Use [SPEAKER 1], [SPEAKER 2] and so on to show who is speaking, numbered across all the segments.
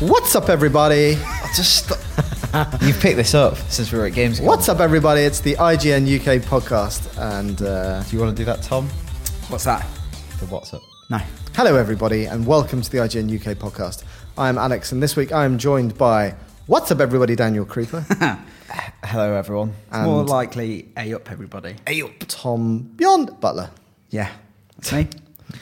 [SPEAKER 1] What's up, everybody?
[SPEAKER 2] I just you picked this up since we were at games.
[SPEAKER 1] What's up, everybody? It's the IGN UK podcast, and uh,
[SPEAKER 2] Do you want to do that, Tom?
[SPEAKER 3] What's that?
[SPEAKER 2] The what's up?
[SPEAKER 3] No.
[SPEAKER 1] hello, everybody, and welcome to the IGN UK podcast. I am Alex, and this week I am joined by What's up, everybody? Daniel Creeper,
[SPEAKER 2] Hello, everyone.
[SPEAKER 1] And-
[SPEAKER 3] More likely, A up, everybody. A up.
[SPEAKER 1] Tom Beyond Butler.
[SPEAKER 3] Yeah. That's me.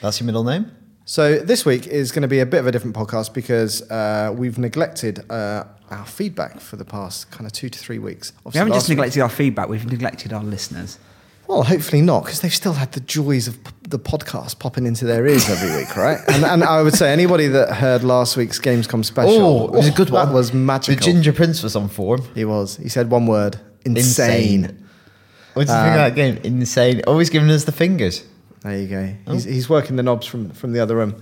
[SPEAKER 2] That's your middle name.
[SPEAKER 1] So this week is going to be a bit of a different podcast because uh, we've neglected uh, our feedback for the past kind of two to three weeks.
[SPEAKER 3] We
[SPEAKER 1] Obviously,
[SPEAKER 3] haven't
[SPEAKER 1] last
[SPEAKER 3] just
[SPEAKER 1] week-
[SPEAKER 3] neglected our feedback, we've neglected our listeners.
[SPEAKER 1] Well, hopefully not, because they've still had the joys of p- the podcast popping into their ears every week, right? And, and I would say anybody that heard last week's Gamescom special,
[SPEAKER 2] it was Oh, a good one.
[SPEAKER 1] That was
[SPEAKER 2] The
[SPEAKER 1] magical.
[SPEAKER 2] Ginger Prince was on form.
[SPEAKER 1] he was. He said one word: insane.
[SPEAKER 2] What do you think of that game? Insane. Always giving us the fingers.
[SPEAKER 1] There you go. He's,
[SPEAKER 2] Oh.
[SPEAKER 1] he's working the knobs from from the other room.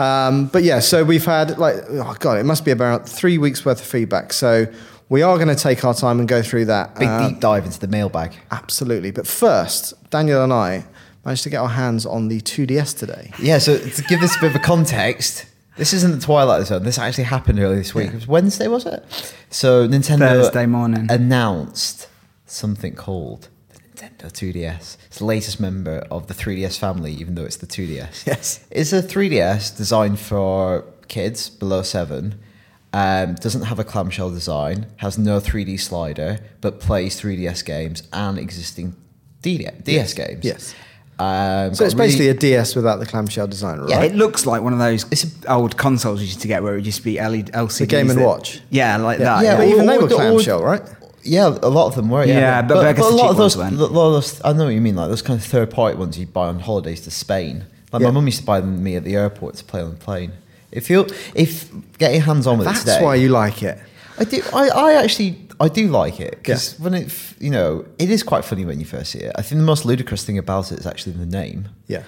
[SPEAKER 1] Um, but yeah, so we've had like oh god, it must be about three weeks worth of feedback. So we are going to take our time and go through that.
[SPEAKER 2] Big
[SPEAKER 1] Uh,
[SPEAKER 2] deep dive into the mailbag.
[SPEAKER 1] Absolutely. But first, Daniel and I managed to get our hands on the 2DS today.
[SPEAKER 2] Yeah. So to give this a bit of a context, this isn't the Twilight Zone. This actually happened earlier this week. It was Wednesday, was it? So Nintendo
[SPEAKER 3] Thursday morning.
[SPEAKER 2] announced something called the Nintendo 2DS. It's the latest member of the 3DS family, even though it's the 2DS.
[SPEAKER 1] Yes.
[SPEAKER 2] It's a 3DS designed for kids below seven. Um, doesn't have a clamshell design, has no 3D slider, but plays 3DS games and existing DD- DS games.
[SPEAKER 1] Yes.
[SPEAKER 2] Um,
[SPEAKER 1] So it's basically a DS without the clamshell design, right?
[SPEAKER 2] Yeah,
[SPEAKER 3] It looks like one of those
[SPEAKER 2] It's
[SPEAKER 3] old consoles you used to get where it would just be E LED, LCDs.
[SPEAKER 1] the Game and
[SPEAKER 3] that-
[SPEAKER 1] Watch.
[SPEAKER 3] Yeah, like
[SPEAKER 1] Yeah,
[SPEAKER 3] that.
[SPEAKER 1] but
[SPEAKER 2] or-
[SPEAKER 1] even they
[SPEAKER 2] or-
[SPEAKER 1] were
[SPEAKER 2] or-
[SPEAKER 1] clamshell, right?
[SPEAKER 2] Yeah, a lot of them were. Yeah,
[SPEAKER 3] Yeah, but- but I guess
[SPEAKER 2] a
[SPEAKER 3] the
[SPEAKER 2] lot
[SPEAKER 3] cheap
[SPEAKER 2] of those,
[SPEAKER 3] ones
[SPEAKER 2] a
[SPEAKER 3] weren't.
[SPEAKER 2] lot of those. I know what you mean. Like those kind of third party ones you buy on holidays to Spain. Like
[SPEAKER 1] Yeah.
[SPEAKER 2] my mum used to buy them to me at the airport to play on the plane. If you if get your hands on with
[SPEAKER 1] That's
[SPEAKER 2] it today,
[SPEAKER 1] why you like it.
[SPEAKER 2] I do. I, I actually I do like it because
[SPEAKER 1] Yeah.
[SPEAKER 2] when it f- you know it is quite funny when you first see it. I think the most ludicrous thing about it is actually the name.
[SPEAKER 1] Yeah.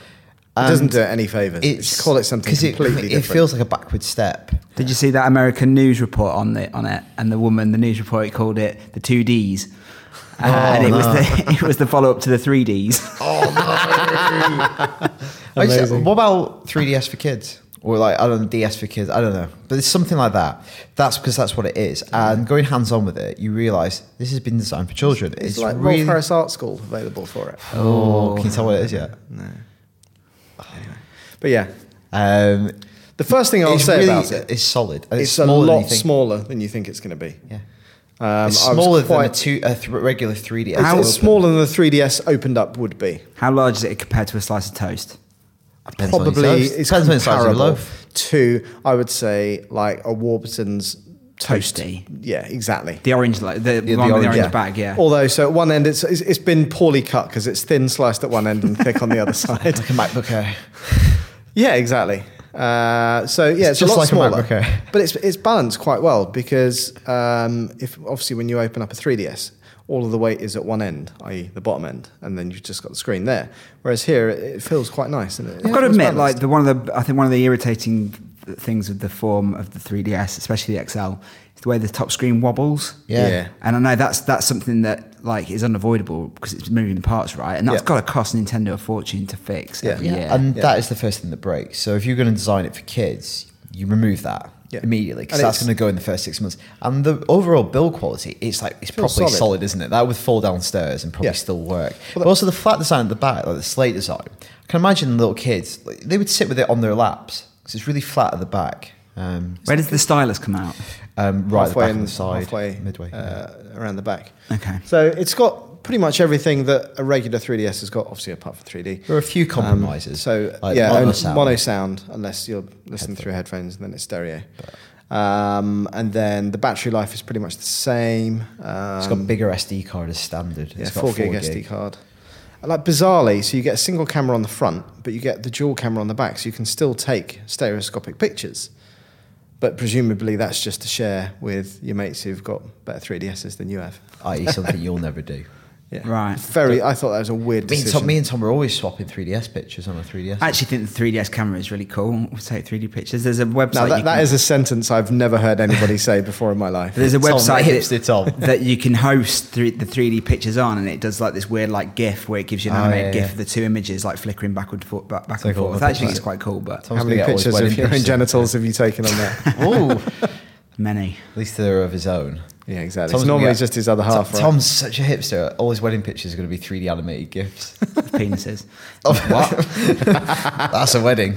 [SPEAKER 2] And
[SPEAKER 1] it doesn't do it any favours. It should call it something
[SPEAKER 2] 'cause
[SPEAKER 1] completely
[SPEAKER 2] it,
[SPEAKER 1] different.
[SPEAKER 2] It feels like a backward step.
[SPEAKER 3] Did you see that American news report on the on it? And the woman, the news report, called it the two Ds, uh,
[SPEAKER 1] Oh,
[SPEAKER 3] and it was the it was the follow up to the three Ds.
[SPEAKER 2] oh, Actually,
[SPEAKER 1] Amazing.
[SPEAKER 2] what about 3DS for kids? Or like I don't know, DS for kids. I don't know, but it's something like that. That's because that's what it is. And going hands on with it, you realise this has been designed for children. It's,
[SPEAKER 1] it's like
[SPEAKER 2] really.
[SPEAKER 1] Rolf Harris Art School available for it.
[SPEAKER 2] oh, can you tell what it is yet?
[SPEAKER 1] But yeah,
[SPEAKER 2] Um,
[SPEAKER 1] the first thing I'll
[SPEAKER 2] it's
[SPEAKER 1] say
[SPEAKER 2] really-
[SPEAKER 1] about it,
[SPEAKER 2] It's solid. and
[SPEAKER 1] it's,
[SPEAKER 2] It's,
[SPEAKER 1] a
[SPEAKER 2] smaller than
[SPEAKER 1] lot
[SPEAKER 2] you think.
[SPEAKER 1] smaller than you think it's going to be.
[SPEAKER 2] Yeah.
[SPEAKER 1] Um,
[SPEAKER 2] it's
[SPEAKER 1] I was
[SPEAKER 2] smaller than a,
[SPEAKER 1] quite-
[SPEAKER 2] two, a th- regular 3DS.
[SPEAKER 1] it's-
[SPEAKER 2] open.
[SPEAKER 1] it's smaller than the 3DS opened up would be.
[SPEAKER 3] How large is it compared to a slice of toast?
[SPEAKER 2] Depends on your
[SPEAKER 1] probably
[SPEAKER 2] size.
[SPEAKER 1] is
[SPEAKER 2] Depends on the size of your
[SPEAKER 1] comparable
[SPEAKER 2] loaf.
[SPEAKER 1] to I would say like a Warburton's toast.
[SPEAKER 3] Toasty.
[SPEAKER 1] Yeah, exactly.
[SPEAKER 3] The orange, like the,
[SPEAKER 2] the
[SPEAKER 3] one with the
[SPEAKER 2] orange.
[SPEAKER 3] orange
[SPEAKER 1] yeah.
[SPEAKER 3] bag, yeah.
[SPEAKER 1] Although, so at one end, it's it's, it's been poorly cut because it's thin sliced at one end and thick on the other side.
[SPEAKER 2] Like a MacBook Air.
[SPEAKER 1] Yeah, exactly. Uh, so yeah, it's,
[SPEAKER 2] It's just
[SPEAKER 1] a lot
[SPEAKER 2] like a
[SPEAKER 1] smaller,
[SPEAKER 2] MacBook Air.
[SPEAKER 1] but it's it's balanced quite well because um, if obviously when you open up a 3ds, all of the weight is at one end, i.e. the bottom end, and then you've just got the screen there. Whereas here, it, it feels quite nice. And it, it
[SPEAKER 3] I've got to
[SPEAKER 1] feels
[SPEAKER 3] admit,
[SPEAKER 1] balanced.
[SPEAKER 3] like the one of the, I think one of the irritating th- things with the form of the 3DS, especially the XL, is the way the top screen wobbles.
[SPEAKER 2] Yeah.
[SPEAKER 1] Yeah.
[SPEAKER 3] And I know that's that's something that like is unavoidable because it's moving parts, right? And that's
[SPEAKER 1] Yeah.
[SPEAKER 3] got to cost Nintendo a fortune to fix.
[SPEAKER 1] Yeah.
[SPEAKER 3] Every
[SPEAKER 1] Yeah.
[SPEAKER 3] Year.
[SPEAKER 2] And
[SPEAKER 1] Yeah.
[SPEAKER 2] that is the first thing that breaks. So if you're going to design it for kids, you remove that
[SPEAKER 1] Yeah.
[SPEAKER 2] immediately because
[SPEAKER 1] And
[SPEAKER 2] that's
[SPEAKER 1] it's-
[SPEAKER 2] going to go in the first six months. And the overall build quality, it's like it's
[SPEAKER 1] Feels
[SPEAKER 2] properly solid.
[SPEAKER 1] solid.
[SPEAKER 2] isn't it? That would fall downstairs and probably
[SPEAKER 1] Yeah.
[SPEAKER 2] still work.
[SPEAKER 1] Well,
[SPEAKER 2] but also the flat design at the back, like the slate design. I can imagine little kids like, they would sit with it on their laps because it's really flat at the back. Um,
[SPEAKER 3] Where does the stylus come out?
[SPEAKER 2] um, right at the
[SPEAKER 1] halfway
[SPEAKER 2] back and
[SPEAKER 1] in-
[SPEAKER 2] the side,
[SPEAKER 1] halfway,
[SPEAKER 2] midway. yeah.
[SPEAKER 1] uh, around the back.
[SPEAKER 3] Okay.
[SPEAKER 1] So it's got pretty much everything that a regular 3DS has got, obviously apart from 3D.
[SPEAKER 2] There are a few
[SPEAKER 1] Um,
[SPEAKER 2] compromises.
[SPEAKER 1] so
[SPEAKER 2] like
[SPEAKER 1] yeah,
[SPEAKER 2] mono
[SPEAKER 1] mono sound.
[SPEAKER 2] sound.
[SPEAKER 1] unless you're listening through headphones, and then it's stereo. Um, and then the battery life is pretty much the same. Um,
[SPEAKER 2] it's got bigger SD card as standard.
[SPEAKER 1] yeah,
[SPEAKER 2] it's got
[SPEAKER 1] four gig, SD card. And, Like bizarrely, so you get a single camera on the front, but you get the dual camera on the back, so you can still take stereoscopic pictures. But presumably, that's just to share with your mates who've got better 3DSs than you have.
[SPEAKER 2] i.e., e, something you'll never do.
[SPEAKER 1] Yeah.
[SPEAKER 3] Right.
[SPEAKER 1] Very. I thought that was a weird
[SPEAKER 2] Me and,
[SPEAKER 1] decision.
[SPEAKER 2] Tom, me and Tom were always swapping 3DS pictures on a 3DS.
[SPEAKER 3] I actually think the 3DS camera is really cool. We'll take 3D pictures. There's a website.
[SPEAKER 1] now
[SPEAKER 3] you
[SPEAKER 1] that, that
[SPEAKER 3] can-
[SPEAKER 1] is a sentence I've never heard anybody say before in my life.
[SPEAKER 3] There's a
[SPEAKER 2] Tom,
[SPEAKER 3] website
[SPEAKER 2] the
[SPEAKER 3] that-
[SPEAKER 2] hipster Tom.
[SPEAKER 3] that you can host three, the 3D pictures on, and it does like this weird like GIF where it gives you an
[SPEAKER 2] Oh,
[SPEAKER 3] animated
[SPEAKER 2] yeah,
[SPEAKER 3] GIF
[SPEAKER 2] yeah.
[SPEAKER 3] of the two images like flickering backward, forth, back, back
[SPEAKER 2] So
[SPEAKER 3] and
[SPEAKER 2] cool.
[SPEAKER 3] forth. I actually think it's quite cool, but
[SPEAKER 2] Tom-
[SPEAKER 1] How
[SPEAKER 2] Tom's
[SPEAKER 1] many
[SPEAKER 2] gonna get always
[SPEAKER 1] pictures
[SPEAKER 2] wedding
[SPEAKER 1] of your own
[SPEAKER 2] pictures.
[SPEAKER 1] genitals have you taken on that?
[SPEAKER 2] Ooh.
[SPEAKER 3] Many.
[SPEAKER 2] At least they're of his own.
[SPEAKER 1] Yeah, exactly.
[SPEAKER 2] Tom's
[SPEAKER 1] it's
[SPEAKER 2] gonna
[SPEAKER 1] normally
[SPEAKER 2] get-
[SPEAKER 1] just his other half,
[SPEAKER 2] Tom-
[SPEAKER 1] right?
[SPEAKER 2] Tom's such a hipster. All his wedding pictures are going to be 3D animated gifs.
[SPEAKER 3] Penises.
[SPEAKER 2] That's a wedding.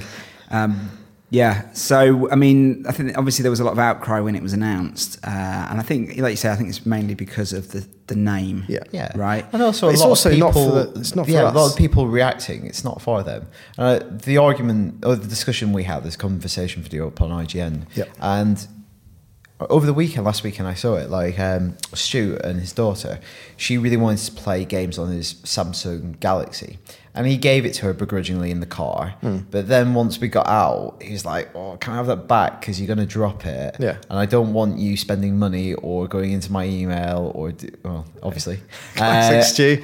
[SPEAKER 3] Um, yeah, so I mean, I think obviously there was a lot of outcry when it was announced, uh, and I think, like you say, I think it's mainly because of the the name.
[SPEAKER 1] Yeah.
[SPEAKER 2] Yeah.
[SPEAKER 3] Right.
[SPEAKER 2] And also, a
[SPEAKER 1] It's
[SPEAKER 2] lot
[SPEAKER 1] also
[SPEAKER 2] of
[SPEAKER 1] not for
[SPEAKER 2] people,
[SPEAKER 1] the- it's not for
[SPEAKER 2] yeah, a lot
[SPEAKER 1] us.
[SPEAKER 2] of people reacting. It's not for them. Uh, the argument, or the discussion we had, this conversation video up on IGN,
[SPEAKER 1] Yep.
[SPEAKER 2] and over the weekend, last weekend, I saw it. Like um, Stu and his daughter, she really wanted to play games on his Samsung Galaxy, and he gave it to her begrudgingly in the car.
[SPEAKER 1] Hmm.
[SPEAKER 2] But then once we got out, he was like, "Oh, can I have that back? Because you're gonna drop it,
[SPEAKER 1] Yeah.
[SPEAKER 2] and I don't want you spending money or going into my email or do, well, obviously."
[SPEAKER 1] Classic
[SPEAKER 2] Uh,
[SPEAKER 1] Stu.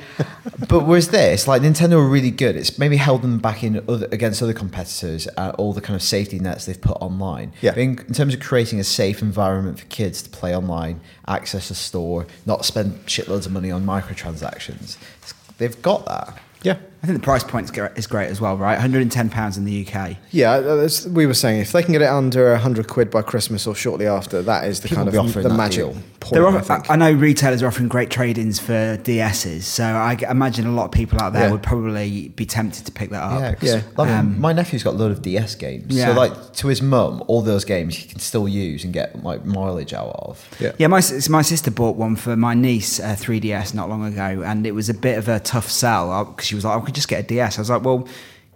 [SPEAKER 2] but whereas this, like Nintendo are really good. It's maybe held them back in other, against other competitors at all the kind of safety nets they've put online.
[SPEAKER 1] Yeah.
[SPEAKER 2] But In, in terms of creating a safe environment for kids to play online, access a store, not spend shitloads of money on microtransactions, it's- they've got that.
[SPEAKER 1] Yeah.
[SPEAKER 3] I think the price point is great, is great as well, right? 110 pounds in the UK.
[SPEAKER 1] Yeah, uh, that's- we were saying if they can get it under 100 quid by Christmas or shortly after, that is the
[SPEAKER 2] People
[SPEAKER 1] kind
[SPEAKER 2] will be
[SPEAKER 1] of
[SPEAKER 2] offering
[SPEAKER 1] the
[SPEAKER 2] that
[SPEAKER 1] magic
[SPEAKER 2] deal.
[SPEAKER 1] point.
[SPEAKER 3] They're
[SPEAKER 1] I
[SPEAKER 3] off-
[SPEAKER 1] think.
[SPEAKER 3] I, I know retailers are offering great trade-ins for DSs, so I g- imagine a lot of people out there
[SPEAKER 1] Yeah.
[SPEAKER 3] would probably be tempted to pick that up.
[SPEAKER 2] Yeah, 'cause,
[SPEAKER 1] Uh, Yeah.
[SPEAKER 2] like,
[SPEAKER 3] Um,
[SPEAKER 2] my nephew's got a load of DS games.
[SPEAKER 3] Yeah.
[SPEAKER 2] So, like, to his mum, all those games he can still use and get like mileage out of.
[SPEAKER 1] yeah.
[SPEAKER 3] Yeah, my s- my sister bought one for my niece, uh, 3DS, not long ago, and it was a bit of a tough sell because she was like, "I could just get a DS." I was like, "Well,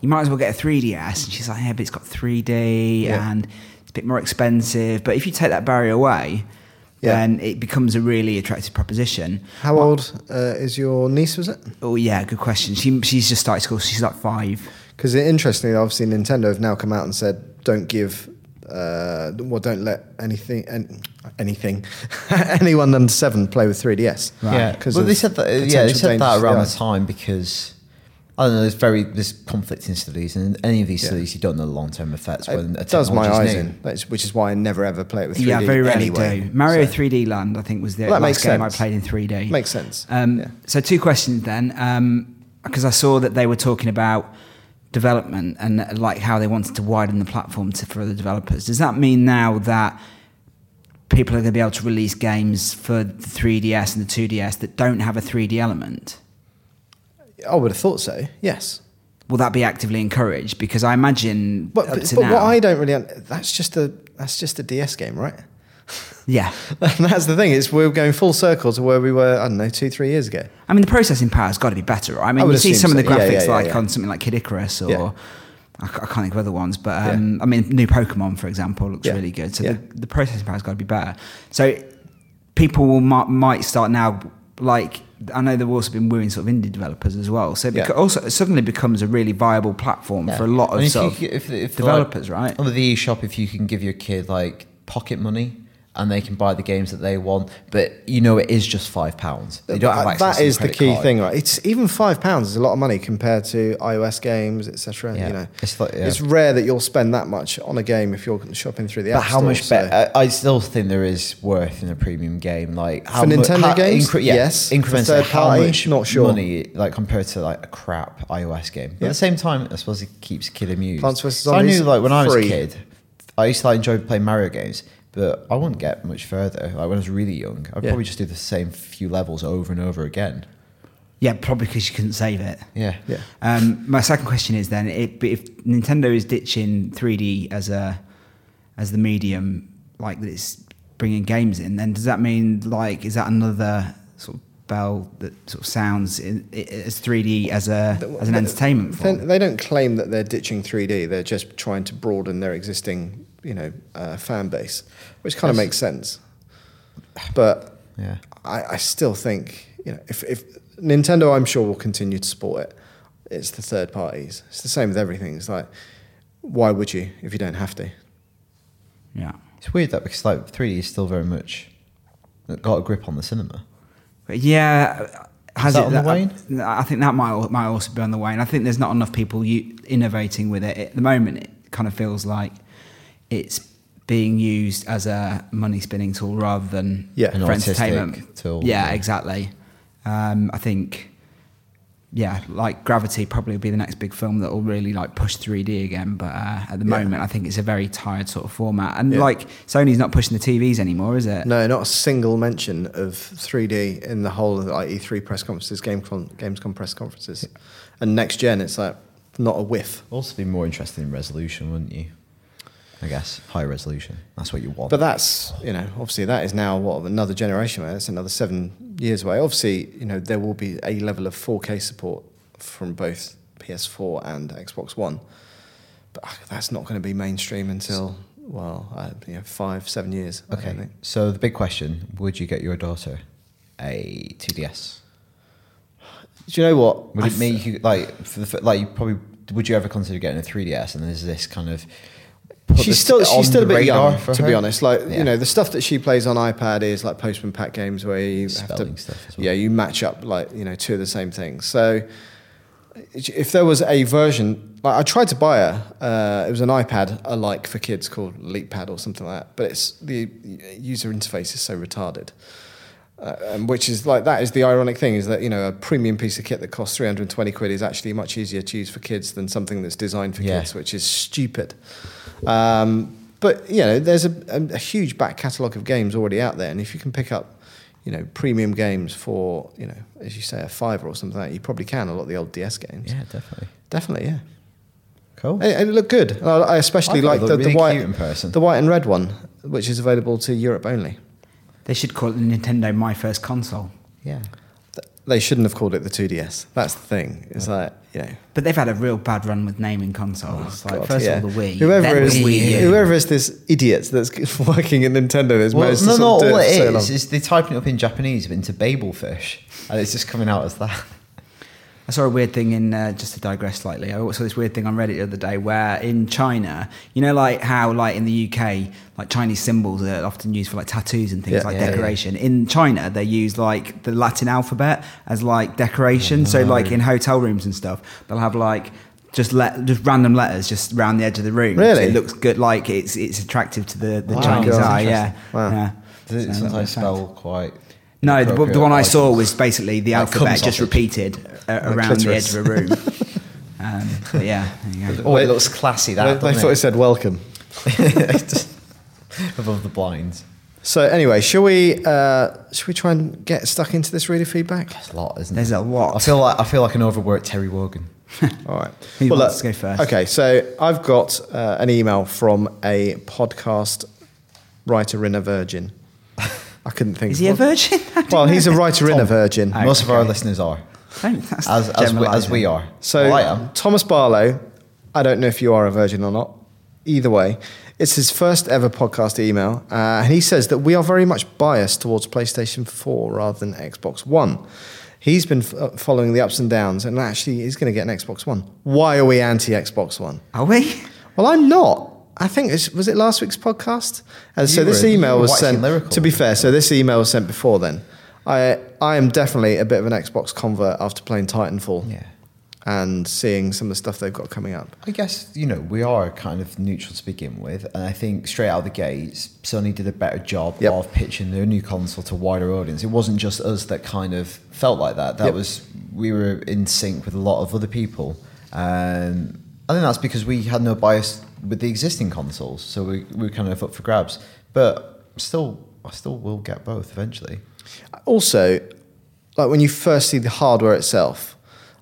[SPEAKER 3] you might as well get a 3DS," and she's like, "Yeah, but it's got 3D
[SPEAKER 1] Yeah.
[SPEAKER 3] and it's a bit more expensive." But if you take that barrier away,
[SPEAKER 1] Yeah.
[SPEAKER 3] then it becomes a really attractive proposition.
[SPEAKER 1] How old uh, is your niece, was it?
[SPEAKER 3] Oh yeah, good question. She she's just started school. so She's like five.
[SPEAKER 1] Because interestingly, obviously, Nintendo have now come out and said, "Don't give, uh, well, don't let anything, an anything, anyone under seven play with 3DS."
[SPEAKER 3] Right.
[SPEAKER 2] Yeah,
[SPEAKER 1] because
[SPEAKER 2] well,
[SPEAKER 1] of
[SPEAKER 2] they said that. uh, Yeah, they
[SPEAKER 1] potential
[SPEAKER 2] said that
[SPEAKER 1] dangers,
[SPEAKER 2] around
[SPEAKER 1] yeah.
[SPEAKER 2] the time because I don't know. There's very there's conflicts in studies, and in any of these
[SPEAKER 1] Yeah.
[SPEAKER 2] studies, you don't know the long term effects when a
[SPEAKER 1] It does my
[SPEAKER 2] technology's
[SPEAKER 1] eyes
[SPEAKER 2] new.
[SPEAKER 1] in, that's- which is why I never ever play it with 3D.
[SPEAKER 3] yeah, I very rarely
[SPEAKER 1] anyway.
[SPEAKER 3] do. Mario
[SPEAKER 1] So,
[SPEAKER 3] 3D Land, I think, was the
[SPEAKER 1] Well, that
[SPEAKER 3] last
[SPEAKER 1] makes
[SPEAKER 3] game
[SPEAKER 1] sense.
[SPEAKER 3] I played in 3D.
[SPEAKER 1] makes sense.
[SPEAKER 3] Um,
[SPEAKER 1] Yeah.
[SPEAKER 3] So two questions then, because I saw that they were talking about development and uh, like how they wanted to widen the platform to, for other developers. Does that mean now that people are going to be able to release games for the 3DS and the 2DS that don't have a 3D element?
[SPEAKER 1] I would have thought so. Yes.
[SPEAKER 3] Will that be actively encouraged? Because I imagine
[SPEAKER 1] But,
[SPEAKER 3] up
[SPEAKER 1] but,
[SPEAKER 3] to
[SPEAKER 1] but
[SPEAKER 3] now,
[SPEAKER 1] what I don't really un- that's just a that's just a DS game, right?
[SPEAKER 3] yeah.
[SPEAKER 1] that's the thing. It's we're going full circle to where we were. I don't know, two three years ago.
[SPEAKER 3] I mean, the processing power's got to be better. right? I mean,
[SPEAKER 1] I would
[SPEAKER 3] you see
[SPEAKER 1] assume
[SPEAKER 3] some of the
[SPEAKER 1] so. Yeah,
[SPEAKER 3] graphics
[SPEAKER 1] yeah, yeah,
[SPEAKER 3] like
[SPEAKER 1] yeah.
[SPEAKER 3] on something like Kid Icarus or
[SPEAKER 1] Yeah.
[SPEAKER 3] I, ca- I can't think of other ones, but um, I mean, new Pokemon, for example, looks
[SPEAKER 1] Yeah.
[SPEAKER 3] really good. So
[SPEAKER 1] Yeah.
[SPEAKER 3] the, the processing power's got to be better. So people will, might, might start now, like, I know they've also been wooing sort of indie developers as well. So it
[SPEAKER 1] Yeah.
[SPEAKER 3] beco- also it suddenly becomes a really viable platform for a lot of,
[SPEAKER 2] And if
[SPEAKER 3] sort
[SPEAKER 2] you-
[SPEAKER 3] of
[SPEAKER 2] if- if, like,
[SPEAKER 3] developers, right?
[SPEAKER 2] Under the eShop, if you can give your kid like pocket money. And they can buy the games that they want, but you know it is just five pounds. They don't have
[SPEAKER 1] That-
[SPEAKER 2] access.
[SPEAKER 1] that
[SPEAKER 2] to
[SPEAKER 1] is the
[SPEAKER 2] credit
[SPEAKER 1] key
[SPEAKER 2] card.
[SPEAKER 1] thing, right? It's even five pounds is a lot of money compared to iOS games, etc.
[SPEAKER 2] Yeah.
[SPEAKER 1] You know,
[SPEAKER 2] It's like- yeah.
[SPEAKER 1] it's rare that you'll spend that much on a game if you're shopping through the
[SPEAKER 2] But
[SPEAKER 1] app.
[SPEAKER 2] how
[SPEAKER 1] Store,
[SPEAKER 2] much
[SPEAKER 1] so-
[SPEAKER 2] better? I I still think there is worth in a premium game. Like how
[SPEAKER 1] For
[SPEAKER 2] mu-
[SPEAKER 1] Nintendo
[SPEAKER 2] how-
[SPEAKER 1] games?
[SPEAKER 2] incre- yeah,
[SPEAKER 1] Yes. For
[SPEAKER 2] incrementally,
[SPEAKER 1] third
[SPEAKER 2] how
[SPEAKER 1] party?
[SPEAKER 2] much
[SPEAKER 1] Not sure.
[SPEAKER 2] money like compared to like a crap iOS game. But
[SPEAKER 1] Yeah.
[SPEAKER 2] at the same time, I suppose it keeps a kid amused.
[SPEAKER 1] Plants vs
[SPEAKER 2] so I
[SPEAKER 1] Zombies,
[SPEAKER 2] knew like when I was a
[SPEAKER 1] free.
[SPEAKER 2] kid, I used to like, enjoy playing Mario games, but I wouldn't get much further. Like when I was really young, I'd
[SPEAKER 1] Yeah.
[SPEAKER 2] probably just do the same few levels over and over again.
[SPEAKER 3] Yeah, probably because you couldn't save it.
[SPEAKER 2] Yeah,
[SPEAKER 1] Yeah.
[SPEAKER 3] Um, my second question is then: if, if Nintendo is ditching 3D as a as the medium, like that it's bringing games in, then does that mean like is that another sort of bell that sort of sounds in, i- as 3D as a as an entertainment
[SPEAKER 1] They,
[SPEAKER 3] form?
[SPEAKER 1] they don't claim that they're ditching 3D. They're just trying to broaden their existing, you know, uh, fan base, which kind of
[SPEAKER 2] Yes.
[SPEAKER 1] makes sense. But
[SPEAKER 2] yeah.
[SPEAKER 1] I, I still think you know if, if Nintendo, I'm sure will continue to support it. It's the third parties. It's the same with everything. It's like, why would you if you don't have to?
[SPEAKER 3] Yeah,
[SPEAKER 2] It's weird that because like 3D is still very much got a grip on the cinema.
[SPEAKER 3] but yeah. Has
[SPEAKER 2] that
[SPEAKER 3] it
[SPEAKER 2] on the wane?
[SPEAKER 3] I, I think that might al- might also be on the wane. I think there's not enough people u- innovating with it at the moment. It kind of feels like it's being used as a money spinning tool rather than
[SPEAKER 1] Yeah.
[SPEAKER 2] An
[SPEAKER 3] for
[SPEAKER 2] artistic
[SPEAKER 3] entertainment
[SPEAKER 2] tool,
[SPEAKER 3] Yeah,
[SPEAKER 2] yeah.
[SPEAKER 3] exactly. Um, I think yeah, like Gravity probably will be the next big film that will really like push 3D again. But uh, at the
[SPEAKER 1] Yeah.
[SPEAKER 3] moment, I think it's a very tired sort of format. And
[SPEAKER 1] Yeah.
[SPEAKER 3] like Sony's not pushing the TVs anymore, is it?
[SPEAKER 1] No, not a single mention of 3D in the whole of the like, E3 press conferences, Game Con- Gamescom press conferences. And next gen, it's like not a whiff.
[SPEAKER 2] Also, be more interested in resolution, wouldn't you? I guess high resolution. That's what you want.
[SPEAKER 1] But that's, you know, obviously that is now what, another generation away. That's another seven years away. Obviously, you know, there will be a level of 4K support from both PS4 and Xbox One. But uh, that's not going to be mainstream until, well, uh, you know, five, seven years. I don't
[SPEAKER 2] okay.
[SPEAKER 1] think.
[SPEAKER 2] So the big question: Would you get your daughter a 2DS?
[SPEAKER 1] Do you know what?
[SPEAKER 2] Would
[SPEAKER 1] I
[SPEAKER 2] it make you like for the f- like you probably would you ever consider getting a 3DS? And is this kind of put
[SPEAKER 1] she's
[SPEAKER 2] this
[SPEAKER 1] still
[SPEAKER 2] on
[SPEAKER 1] she's still a
[SPEAKER 2] the
[SPEAKER 1] bit
[SPEAKER 2] radar
[SPEAKER 1] young,
[SPEAKER 2] for
[SPEAKER 1] to
[SPEAKER 2] her?
[SPEAKER 1] be honest. Like
[SPEAKER 2] Yeah.
[SPEAKER 1] you know, the stuff that she plays on iPad is like Postman Pat games where you have
[SPEAKER 2] Spelling
[SPEAKER 1] to,
[SPEAKER 2] stuff as well.
[SPEAKER 1] yeah, you match up like you know two of the same things. So if there was a version, like I tried to buy her, uh, it was an iPad alike for kids called LeapPad or something like that. But it's the user interface is so retarded. Uh, and which is like that is the ironic thing is that you know a premium piece of kit that costs 320 quid is actually much easier to use for kids than something that's designed for
[SPEAKER 2] Yeah.
[SPEAKER 1] kids which is stupid um, but you know there's a, a, a huge back catalogue of games already out there and if you can pick up you know premium games for you know as you say a fiver or something like that you probably can a lot of the old ds games
[SPEAKER 2] Yeah, definitely.
[SPEAKER 1] definitely yeah
[SPEAKER 2] Cool.
[SPEAKER 1] it, it looked good And I, I especially
[SPEAKER 2] I thought it
[SPEAKER 1] like the,
[SPEAKER 2] looked
[SPEAKER 1] the
[SPEAKER 2] really
[SPEAKER 1] white
[SPEAKER 2] cute in person.
[SPEAKER 1] the white and red one which is available to europe only
[SPEAKER 3] They should call it the Nintendo My First Console.
[SPEAKER 2] Yeah.
[SPEAKER 1] Th- they shouldn't have called it the 2ds that's the thing it's like you know
[SPEAKER 3] But they've had a real bad run with naming consoles. like
[SPEAKER 1] Oh, God,
[SPEAKER 3] first
[SPEAKER 1] yeah.
[SPEAKER 3] of all the Wii,
[SPEAKER 1] Whoever
[SPEAKER 3] then
[SPEAKER 1] is
[SPEAKER 3] the Wii U.
[SPEAKER 1] whoever is this idiot that's working at Nintendo that's
[SPEAKER 2] Well,
[SPEAKER 1] managed
[SPEAKER 2] no,
[SPEAKER 1] to
[SPEAKER 2] no.
[SPEAKER 1] sort of do
[SPEAKER 2] All
[SPEAKER 1] it
[SPEAKER 2] it
[SPEAKER 1] for so
[SPEAKER 2] is
[SPEAKER 1] long.
[SPEAKER 2] is they're typing it up in Japanese but into Babelfish, and it's just coming out as that.
[SPEAKER 3] I saw a weird thing in uh, just to digress slightly. I saw this weird thing on Reddit the other day where in China, you know, like how like in the UK, like Chinese symbols are often used for like tattoos and things
[SPEAKER 1] Yeah.
[SPEAKER 3] like
[SPEAKER 2] Yeah, yeah.
[SPEAKER 3] decoration. In China, they use like the Latin alphabet as like decoration. So
[SPEAKER 1] Oh,
[SPEAKER 3] like in hotel rooms and stuff, they'll have like. Just let just random letters just round the edge of the room.
[SPEAKER 1] Really?
[SPEAKER 3] So it looks good. Like it's it's attractive to the, the
[SPEAKER 2] Wow.
[SPEAKER 3] Chinese
[SPEAKER 1] That's
[SPEAKER 3] eye. Yeah.
[SPEAKER 1] interesting. Wow.
[SPEAKER 3] yeah. So
[SPEAKER 2] Does it
[SPEAKER 3] that
[SPEAKER 2] sometimes
[SPEAKER 3] makes sense.
[SPEAKER 2] spell quite?
[SPEAKER 3] No, the, the one I saw
[SPEAKER 2] inappropriate?
[SPEAKER 3] was basically the
[SPEAKER 2] Like
[SPEAKER 3] alphabet
[SPEAKER 2] comes
[SPEAKER 3] just
[SPEAKER 2] off it.
[SPEAKER 3] repeated uh,
[SPEAKER 1] Like
[SPEAKER 3] around the edge
[SPEAKER 1] clitoris.
[SPEAKER 3] of a room. um, but yeah, there you go.
[SPEAKER 2] Oh, it looks classy. That
[SPEAKER 1] they, they
[SPEAKER 2] doesn't
[SPEAKER 1] thought
[SPEAKER 2] it?
[SPEAKER 1] it said welcome.
[SPEAKER 2] Just above the blinds.
[SPEAKER 1] So anyway, shall we uh, shall we try and get stuck into this reader feedback?
[SPEAKER 2] It's a lot, isn't
[SPEAKER 3] There's
[SPEAKER 2] it?
[SPEAKER 3] a lot.
[SPEAKER 2] I feel like I feel like an overworked Terry Wogan.
[SPEAKER 1] All right.
[SPEAKER 3] Who wants
[SPEAKER 1] look,
[SPEAKER 3] to go first?
[SPEAKER 1] Okay, so I've got uh, an email from a podcast writer in a virgin. I couldn't think.
[SPEAKER 3] Is
[SPEAKER 1] of
[SPEAKER 3] he a
[SPEAKER 1] what-
[SPEAKER 3] virgin? I don't
[SPEAKER 1] Well, he's a
[SPEAKER 3] know.
[SPEAKER 1] writer in a
[SPEAKER 2] Tom.
[SPEAKER 1] virgin.
[SPEAKER 3] Oh,
[SPEAKER 2] Most of our
[SPEAKER 3] okay.
[SPEAKER 2] listeners are,
[SPEAKER 3] Don't, that's
[SPEAKER 2] as as we, as we are.
[SPEAKER 1] So
[SPEAKER 2] Well, Oh, I am.
[SPEAKER 1] Thomas Barlow, I don't know if you are a virgin or not. Either way, it's his first ever podcast email, uh, and he says that we are very much biased towards PlayStation 4 rather than Xbox One. He's been f- uh, following the ups and downs, and actually, he's going to get an Xbox One. Why are we anti Xbox One?
[SPEAKER 3] Are we?
[SPEAKER 1] Well, I'm not. I think it's, was it last week's podcast? And so
[SPEAKER 2] You
[SPEAKER 1] this
[SPEAKER 2] were- you
[SPEAKER 1] email
[SPEAKER 2] were
[SPEAKER 1] was
[SPEAKER 2] waxing
[SPEAKER 1] sent.
[SPEAKER 2] lyrical.
[SPEAKER 1] To be fair, so this email was sent before then. I I am definitely a bit of an Xbox convert after playing Titanfall
[SPEAKER 2] Yeah.
[SPEAKER 1] and seeing some of the stuff they've got coming up.
[SPEAKER 2] I guess you know we are kind of neutral to begin with, and I think straight out of the gates, Sony did a better job
[SPEAKER 1] Yep.
[SPEAKER 2] of pitching their new console to a wider audience. It wasn't just us that kind of felt like that. That
[SPEAKER 1] Yep.
[SPEAKER 2] was we were in sync with a lot of other people. Um, I think that's because we had no bias with the existing consoles, so we, we were kind of up for grabs. But still, I still will get both eventually.
[SPEAKER 1] Also, like when you first see the hardware itself,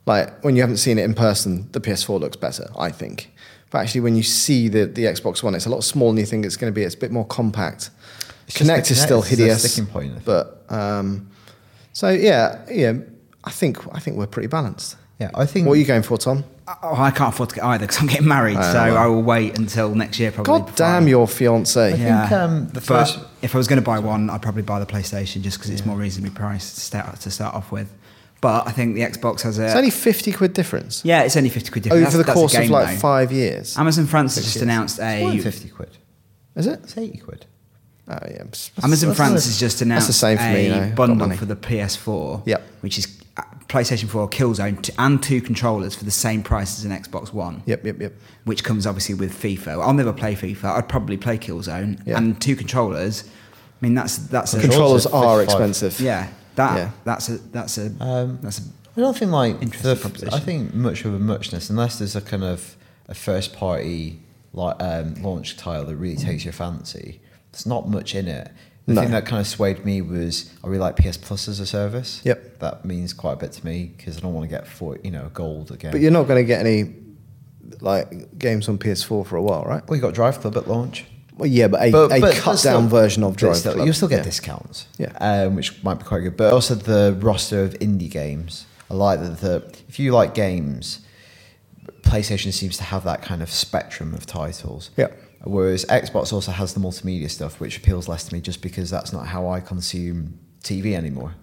[SPEAKER 1] like when you haven't seen it in person, the PS4 looks better, I think. But actually, when you see the, the Xbox One, it's a lot smaller than you think it's going to be. It's a bit more compact.
[SPEAKER 2] It's just
[SPEAKER 1] Connect
[SPEAKER 2] the
[SPEAKER 1] is still
[SPEAKER 2] Kinect is their
[SPEAKER 1] hideous.
[SPEAKER 2] sticking point, I think.
[SPEAKER 1] But um, so yeah, yeah, I think I think we're pretty balanced.
[SPEAKER 2] Yeah, I think
[SPEAKER 1] What are you going for, Tom?
[SPEAKER 3] Oh, I can't afford to get either because I'm getting married, so I will wait until next year probably.
[SPEAKER 1] God damn
[SPEAKER 3] you!
[SPEAKER 1] your fiance.
[SPEAKER 2] I think, um, the
[SPEAKER 3] but
[SPEAKER 2] first-
[SPEAKER 3] if I was going to buy one, I'd probably buy the PlayStation just because it's more reasonably priced to start to start off with. But I think the Xbox has a
[SPEAKER 1] It's only fifty quid difference
[SPEAKER 3] yeah, it's only fifty quid difference.
[SPEAKER 1] over the
[SPEAKER 3] That's-
[SPEAKER 1] course
[SPEAKER 3] that's a
[SPEAKER 1] of
[SPEAKER 3] game,
[SPEAKER 1] like
[SPEAKER 3] though.
[SPEAKER 1] five years.
[SPEAKER 3] Amazon France has just
[SPEAKER 1] years.
[SPEAKER 3] announced
[SPEAKER 2] it's more than
[SPEAKER 3] a
[SPEAKER 2] fifty quid.
[SPEAKER 1] Is it?
[SPEAKER 2] It's eighty quid.
[SPEAKER 1] Oh yeah. That's-
[SPEAKER 3] Amazon
[SPEAKER 1] that's-
[SPEAKER 3] France
[SPEAKER 1] that's-
[SPEAKER 3] has just
[SPEAKER 1] that's
[SPEAKER 3] announced
[SPEAKER 1] the same for
[SPEAKER 3] a
[SPEAKER 1] me, you know. Got
[SPEAKER 3] bundle
[SPEAKER 1] money.
[SPEAKER 3] for the PS4,
[SPEAKER 1] Yep.
[SPEAKER 3] which is uh, PlayStation 4 Killzone t- and two controllers for the same price as an Xbox One,
[SPEAKER 1] Yep, yep, yep.
[SPEAKER 3] which comes obviously with FIFA. I'll never play FIFA. I'd probably play Killzone
[SPEAKER 1] Yeah.
[SPEAKER 3] and two controllers. I mean, that's that's a
[SPEAKER 2] Control-
[SPEAKER 1] Controllers
[SPEAKER 2] Controllers are
[SPEAKER 1] are
[SPEAKER 2] 55.
[SPEAKER 1] expensive.
[SPEAKER 3] yeah that
[SPEAKER 1] Yeah.
[SPEAKER 3] that's a that's a
[SPEAKER 2] Um,
[SPEAKER 3] that's a
[SPEAKER 2] I don't think like
[SPEAKER 3] Interesting
[SPEAKER 2] the,
[SPEAKER 3] proposition.
[SPEAKER 2] I think much of a muchness, unless there's a kind of a first party like um, launch tile that really takes your fancy. There's not much in it. The
[SPEAKER 1] No.
[SPEAKER 2] thing that kind of swayed me was I really like PS Plus as a service.
[SPEAKER 1] Yep.
[SPEAKER 2] that means quite a bit to me because I don't want to get for you know gold again.
[SPEAKER 1] But you're not going to get any like games on PS4 for a while, right?
[SPEAKER 2] well, you got Drive Club at launch.
[SPEAKER 1] Well, yeah, but a, a cut down version of Drive Club.
[SPEAKER 2] You'll still get
[SPEAKER 1] Yeah.
[SPEAKER 2] discounts,
[SPEAKER 1] Yeah.
[SPEAKER 2] um, which might be quite good. But also the roster of indie games. I like that. The, if you like games, PlayStation seems to have that kind of spectrum of titles.
[SPEAKER 1] Yeah.
[SPEAKER 2] Whereas Xbox also has the multimedia stuff, which appeals less to me, just because that's not how I consume TV anymore.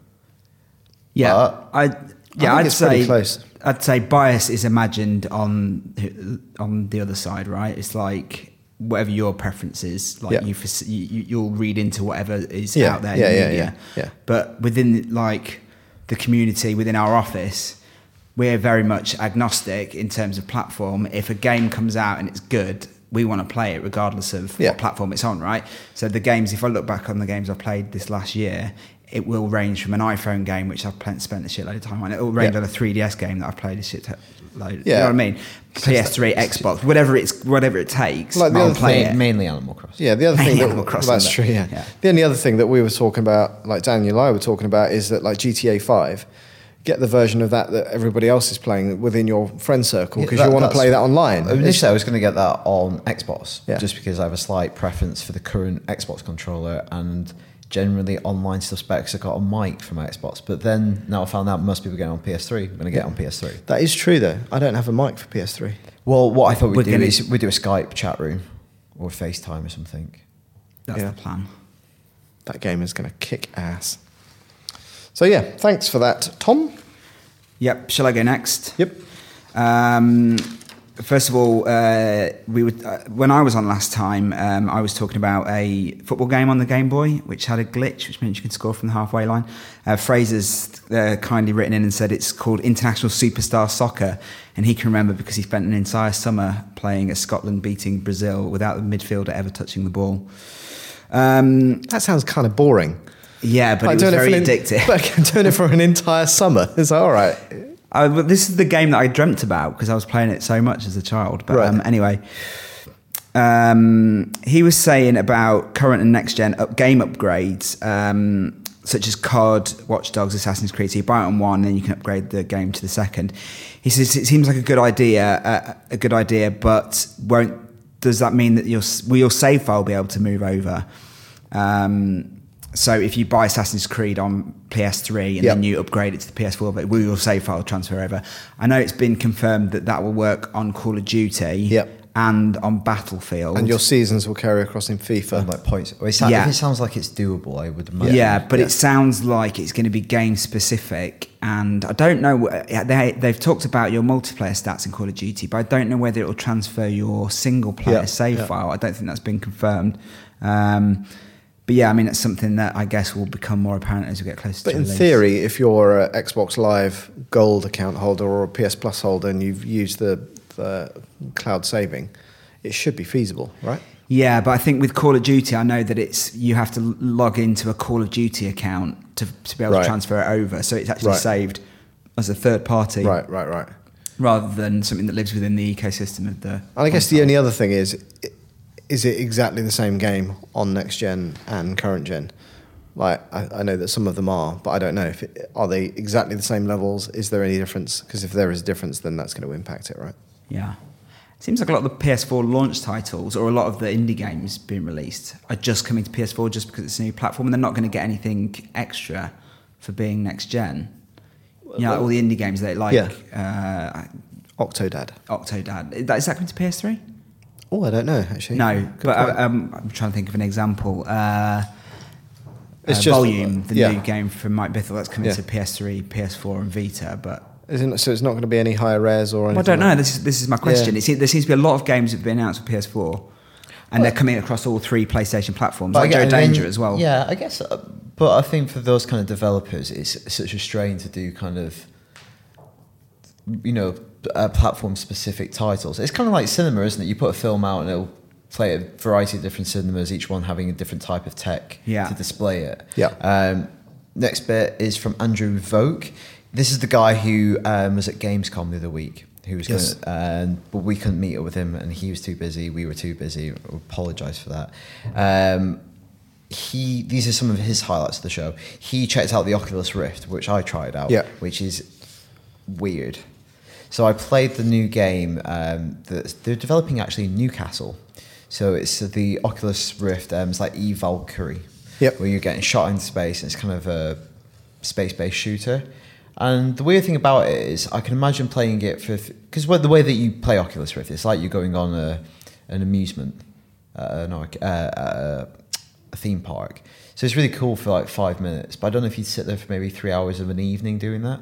[SPEAKER 3] Yeah,
[SPEAKER 2] But-
[SPEAKER 3] I
[SPEAKER 1] I
[SPEAKER 3] yeah,
[SPEAKER 1] think
[SPEAKER 3] I'd
[SPEAKER 1] it's
[SPEAKER 3] say
[SPEAKER 1] pretty close.
[SPEAKER 3] I'd say bias is imagined on on the other side, right? It's like whatever your preference is, like
[SPEAKER 1] Yeah.
[SPEAKER 3] you, fac- you you- you'll read into whatever is
[SPEAKER 1] Yeah,
[SPEAKER 3] out there.
[SPEAKER 1] yeah,
[SPEAKER 3] in the
[SPEAKER 1] yeah,
[SPEAKER 3] media.
[SPEAKER 1] yeah, yeah.
[SPEAKER 3] But within like the community, within our office, we're very much agnostic in terms of platform. If a game comes out and it's good. We want to play it regardless of
[SPEAKER 1] Yeah.
[SPEAKER 3] what platform it's on, right? So the games, if I look back on the games I played this last year, it will range from an iPhone game, which I've pl- spent a shitload of time on. It will range
[SPEAKER 1] Yeah.
[SPEAKER 3] on a 3DS game that I've played a shitload. load. You know
[SPEAKER 1] Yeah.
[SPEAKER 3] what I mean? PS3, Xbox, whatever it's whatever it takes.
[SPEAKER 1] Like the
[SPEAKER 3] I'll
[SPEAKER 1] other
[SPEAKER 3] play
[SPEAKER 2] Ma-
[SPEAKER 3] it.
[SPEAKER 2] mainly Animal Crossing.
[SPEAKER 1] Yeah, the other
[SPEAKER 3] Mainly
[SPEAKER 1] thing
[SPEAKER 3] Animal
[SPEAKER 1] that,
[SPEAKER 3] Crossing,
[SPEAKER 1] that's
[SPEAKER 3] but-
[SPEAKER 1] true. Yeah.
[SPEAKER 3] yeah.
[SPEAKER 1] the only other thing that we were talking about, like Daniel and I were talking about, is that like GTA Five, get the version of that that everybody else is playing within your friend circle because
[SPEAKER 2] Yeah,
[SPEAKER 1] you
[SPEAKER 2] that-
[SPEAKER 1] want to
[SPEAKER 2] that's-
[SPEAKER 1] play that online. It's-
[SPEAKER 2] Initially, I was going to get that on Xbox,
[SPEAKER 1] Yeah.
[SPEAKER 2] just because I have a slight preference for the current Xbox controller and generally online stuff specs I got on mic from Xbox. But then now I found out most people get it on PS3. I'm going to get it on PS3.
[SPEAKER 1] that is true though. I don't have a mic for PS3.
[SPEAKER 2] Well, what I thought we'd
[SPEAKER 3] We're
[SPEAKER 2] do
[SPEAKER 3] gonna-
[SPEAKER 2] is we'd do a Skype chat room or FaceTime or something.
[SPEAKER 3] That's
[SPEAKER 1] Yeah.
[SPEAKER 3] the plan.
[SPEAKER 1] That game is going to kick ass. So yeah, thanks for that, Tom.
[SPEAKER 3] Yep. Shall I go next?
[SPEAKER 1] Yep.
[SPEAKER 3] Um, first of all, uh, we would, uh, when I was on last time, um, I was talking about a football game on the Game Boy, which had a glitch, which meant you could score from the halfway line. Uh, Fraser's uh, kindly written in and said it's called International Superstar Soccer, and he can remember because he spent an entire summer playing as Scotland beating Brazil without the midfielder ever touching the ball. Um,
[SPEAKER 1] That sounds kind of boring.
[SPEAKER 3] yeah, but
[SPEAKER 1] Like,
[SPEAKER 3] it was
[SPEAKER 1] doing
[SPEAKER 3] very
[SPEAKER 1] for an-
[SPEAKER 3] addictive.
[SPEAKER 1] But doing it for an entire summer is that all right?
[SPEAKER 3] I, but this is the game that I dreamt about because I was playing it so much as a child. But
[SPEAKER 1] Right.
[SPEAKER 3] um, anyway, um, he was saying about current and next gen up, game upgrades, um, such as COD, Watch Dogs, Assassin's Creed. So you buy it on one, then you can upgrade the game to the second. He says it seems like a good idea, uh, a good idea, but won't. Does that mean that your s- will your save file be able to move over? Um, so if you buy Assassin's Creed on PS3 and
[SPEAKER 1] Yep.
[SPEAKER 3] then you upgrade it to the PS4, but will your save file transfer over? I know it's been confirmed that that will work on Call of Duty
[SPEAKER 1] Yep.
[SPEAKER 3] and on Battlefield.
[SPEAKER 1] And your seasons will carry across in FIFA.
[SPEAKER 2] And like points. Well, it sounds,
[SPEAKER 3] Yeah.
[SPEAKER 2] If it sounds like it's doable, I would
[SPEAKER 3] yeah,
[SPEAKER 2] imagine.
[SPEAKER 3] but it sounds like it's going to be game specific, and I don't know. wh- They they've talked about your multiplayer stats in Call of Duty, but I don't know whether it will transfer your single player
[SPEAKER 1] Yeah,
[SPEAKER 3] save
[SPEAKER 1] yeah.
[SPEAKER 3] file. I don't think that's been confirmed. Um, but yeah, I mean, it's something that I guess will become more apparent as we get closer.
[SPEAKER 1] But
[SPEAKER 3] to
[SPEAKER 1] in
[SPEAKER 3] release.
[SPEAKER 1] theory, if you're a Xbox Live Gold account holder or a PS Plus holder and you've used the, the cloud saving, it should be feasible, right?
[SPEAKER 3] Yeah, but I think with Call of Duty, I know that it's you have to log into a Call of Duty account to, to be able
[SPEAKER 1] Right.
[SPEAKER 3] to transfer it over, so it's actually
[SPEAKER 1] Right.
[SPEAKER 3] saved as a third party
[SPEAKER 1] Right, right, right.
[SPEAKER 3] rather than something that lives within the ecosystem of the.
[SPEAKER 1] And I guess the only other thing is, i- is it exactly the same game on next gen and current gen? Like, I, I know that some of them are, but I don't know if it, are they exactly the same levels. Is there any difference? Because if there is a difference, then that's going to impact it, right?
[SPEAKER 3] Yeah. Seems like a lot of the PS4 launch titles or a lot of the indie games being released are just coming to PS4 just because it's a new platform and they're not going to get anything extra for being next gen. You know, like all the indie games they like
[SPEAKER 1] Octodad.
[SPEAKER 3] uh, Octodad. Is that, is that coming to PS3?
[SPEAKER 1] Oh, I don't know actually.
[SPEAKER 3] No,
[SPEAKER 1] Good
[SPEAKER 3] but
[SPEAKER 1] point.
[SPEAKER 3] I, um, I'm trying to think of an example. Uh,
[SPEAKER 1] It's
[SPEAKER 3] uh,
[SPEAKER 1] just-
[SPEAKER 3] Volume, the
[SPEAKER 1] yeah.
[SPEAKER 3] new game from Mike Bithell that's coming
[SPEAKER 1] Yeah.
[SPEAKER 3] to PS3, PS4, and Vita. But
[SPEAKER 1] Isn't, so it's not going to be any higher rares or anything.
[SPEAKER 3] Well, I don't
[SPEAKER 1] like
[SPEAKER 3] know. This is this is my question.
[SPEAKER 1] Yeah.
[SPEAKER 3] It se- there seems to be a lot of games that have been announced for PS4, and they're coming across all three PlayStation platforms, like
[SPEAKER 2] I
[SPEAKER 3] Joe
[SPEAKER 2] get- I mean,
[SPEAKER 3] Danger as well.
[SPEAKER 2] Yeah, I guess. uh, But I think for those kind of developers, it's such a strain to do kind of, you know, uh, platform-specific titles. It's kind of like cinema, isn't it? You put a film out and it'll play at a variety of different cinemas, each one having a different type of tech
[SPEAKER 3] Yeah.
[SPEAKER 2] to display it.
[SPEAKER 1] Yeah.
[SPEAKER 2] Um, next bit is from Andrew Voke. This is the guy who um, was at Gamescom the other week. Who was
[SPEAKER 1] Yes.
[SPEAKER 2] going, um, but we couldn't meet up with him, and he was too busy. We were too busy. Apologise for that. Um, he, these are some of his highlights of the show. He checked out the Oculus Rift, which I tried out,
[SPEAKER 1] Yeah.
[SPEAKER 2] which is weird. So I played the new game um, that they're developing actually in Newcastle. So it's the Oculus Rift. Um, it's like E Valkyrie,
[SPEAKER 1] Yep.
[SPEAKER 2] where you're getting shot into space, and it's kind of a space-based shooter. And the weird thing about it is, I can imagine playing it for because the way that you play Oculus Rift, it's like you're going on a an amusement, uh, an arc- uh, uh, a theme park. So it's really cool for like five minutes. But I don't know if you'd sit there for maybe three hours of an evening doing that.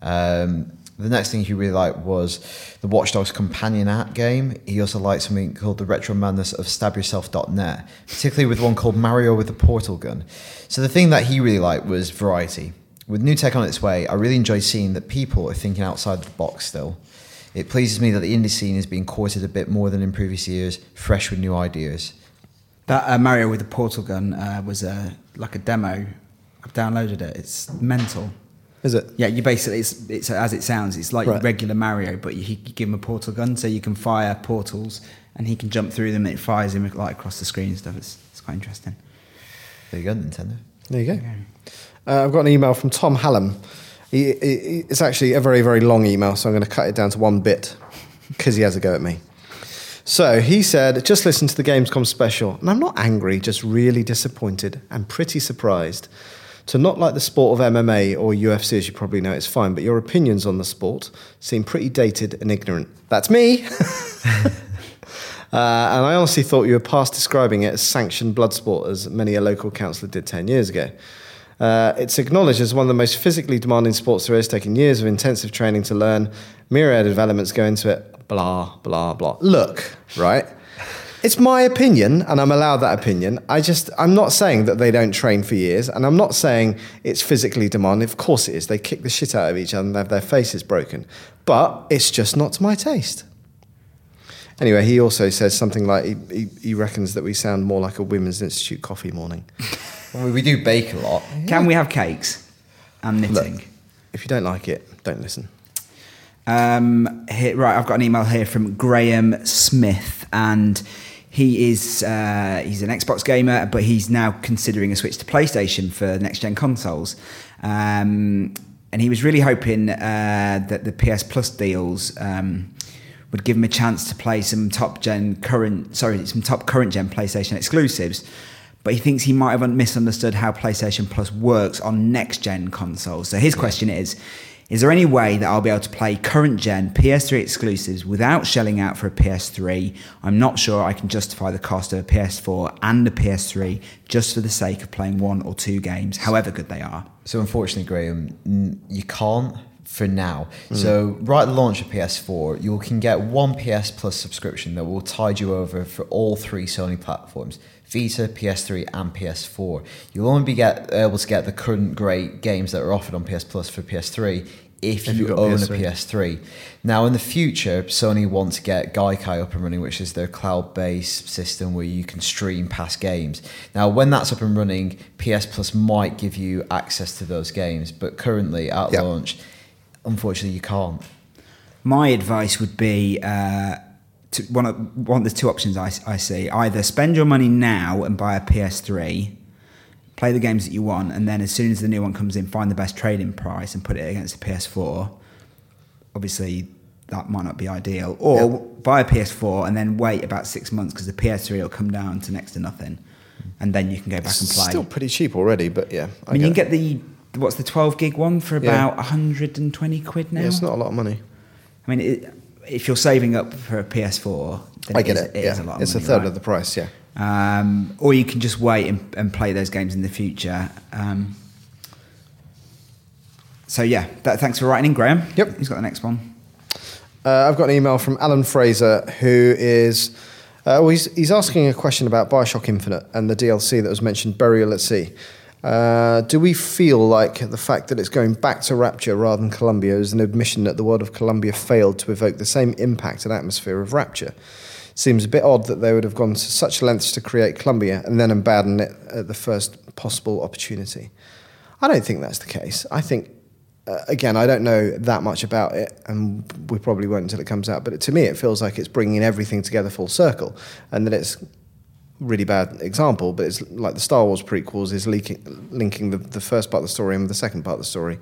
[SPEAKER 2] Um, the next thing he really liked was the Watch Dogs companion app game. He also liked something called the Retro Madness of StabYourself.net, particularly with one called Mario with a Portal Gun. So the thing that he really liked was variety. With new tech on its way, I really enjoy seeing that people are thinking outside the box still. It pleases me that the indie scene is being courted a bit more than in previous years, fresh with new ideas.
[SPEAKER 3] That uh, Mario with the portal gun uh, was a like a demo. I've downloaded it. It's mental.
[SPEAKER 1] Is it?
[SPEAKER 3] Yeah, you basically it's, it's as it sounds. It's like
[SPEAKER 1] Right.
[SPEAKER 3] regular Mario, but you, you give him a portal gun, so you can fire portals, and he can jump through them. and It fires him like across the screen and stuff. It's, it's quite interesting.
[SPEAKER 2] There you go, Nintendo.
[SPEAKER 1] There you go. Uh, I've got an email from Tom Hallam. He, he- he- it's actually a very, very long email, so I'm going to cut it down to one bit because he has a go at me. So he said, just listen to the Gamescom special. And I'm not angry, just really disappointed and pretty surprised. To not like the sport of MMA or UFC, as you probably know, it's fine, but your opinions on the sport seem pretty dated and ignorant. That's me! Uh, and I honestly thought you were past describing it as sanctioned blood sport, as many a local councillor did 10 years ago. Uh, it's acknowledged as one of the most physically demanding sports there is, taking years of intensive training to learn. Myriad of elements go into it, blah, blah, blah. Look, right? It's my opinion, and I'm allowed that opinion. I just, I'm not saying that they don't train for years, and I'm not saying it's physically demanding. Of course it is. They kick the shit out of each other and have their faces broken. But it's just not to my taste. Anyway, he also says something like he, he, he reckons that we sound more like a women's institute coffee morning.
[SPEAKER 2] Well, we do bake a lot.
[SPEAKER 3] Can we have cakes and knitting?
[SPEAKER 1] If you don't like it, don't listen.
[SPEAKER 3] Um, here, right, I've got an email here from Graham Smith, and he is uh, he's an Xbox gamer, but he's now considering a switch to PlayStation for next gen consoles. Um, and he was really hoping uh, that the PS Plus deals um, would give him a chance to play some top gen current, sorry, some top current gen PlayStation exclusives. But he thinks he might have misunderstood how PlayStation Plus works on next gen consoles. So his question is. Is there any way that I'll be able to play current gen PS3 exclusives without shelling out for a PS3? I'm not sure I can justify the cost of a PS4 and a PS3 just for the sake of playing one or two games, however good they are.
[SPEAKER 2] So unfortunately, Graham, n- you can't for now.
[SPEAKER 1] Hmm.
[SPEAKER 2] So right at the launch of PS4, you can get one PS Plus subscription that will tide you over for all three Sony platforms: Vita, PS3, and PS4. You'll only be get, able to get the current great games that are offered on PS Plus for PS3 if,
[SPEAKER 1] If you've
[SPEAKER 2] you
[SPEAKER 1] got
[SPEAKER 2] own
[SPEAKER 1] PS3.
[SPEAKER 2] a PS3. Now, in the future, Sony want to get Gaikai up and running, which is their cloud-based system where you can stream past games. Now, when that's up and running, PS Plus might give you access to those games, but currently at
[SPEAKER 1] Yeah.
[SPEAKER 2] launch, unfortunately, you can't.
[SPEAKER 3] My advice would be uh, to one of one of the two options I, I see: either spend your money now and buy a PS3, play the games that you want, and then as soon as the new one comes in, find the best trading price and put it against the PS4. Obviously, that might not be ideal. Or buy a PS4 and then wait about six months because the PS3 will come down to next to nothing, and then you can go back and play.
[SPEAKER 1] Still pretty cheap already, but yeah.
[SPEAKER 3] I mean, you can
[SPEAKER 1] it.
[SPEAKER 3] get the what's the twelve gig one for
[SPEAKER 1] Yeah.
[SPEAKER 3] about hundred and twenty quid now.
[SPEAKER 1] Yeah, it's not a lot of money.
[SPEAKER 3] I mean, it, if you're saving up for a PS4, then
[SPEAKER 1] I get
[SPEAKER 3] is-
[SPEAKER 1] it.
[SPEAKER 3] It
[SPEAKER 1] yeah.
[SPEAKER 3] is a lot. Of
[SPEAKER 1] it's
[SPEAKER 3] money,
[SPEAKER 1] a third
[SPEAKER 3] right?
[SPEAKER 1] of the price, yeah.
[SPEAKER 3] Um, or you can just wait and, and play those games in the future. Um, so yeah, that, thanks for writing in, Graham.
[SPEAKER 1] Yep.
[SPEAKER 3] He's got the next one.
[SPEAKER 1] Uh, I've got an email from Alan Fraser, who is uh, well, he's, he's asking a question about Bioshock Infinite and the DLC that was mentioned, Burial at Sea. Uh, do we feel like the fact that it's going back to Rapture rather than Columbia is an admission that the world of Columbia failed to evoke the same impact and atmosphere of Rapture? Seems a bit odd that they would have gone to such lengths to create Columbia and then abandon it at the first possible opportunity. I don't think that's the case. I think uh, again, I don't know that much about it, and we probably won't until it comes out. But to me, it feels like it's bringing everything together full circle, and that it's really bad example, but it's like the Star Wars prequels is leaking, linking the, the first part of the story and the second part of the story.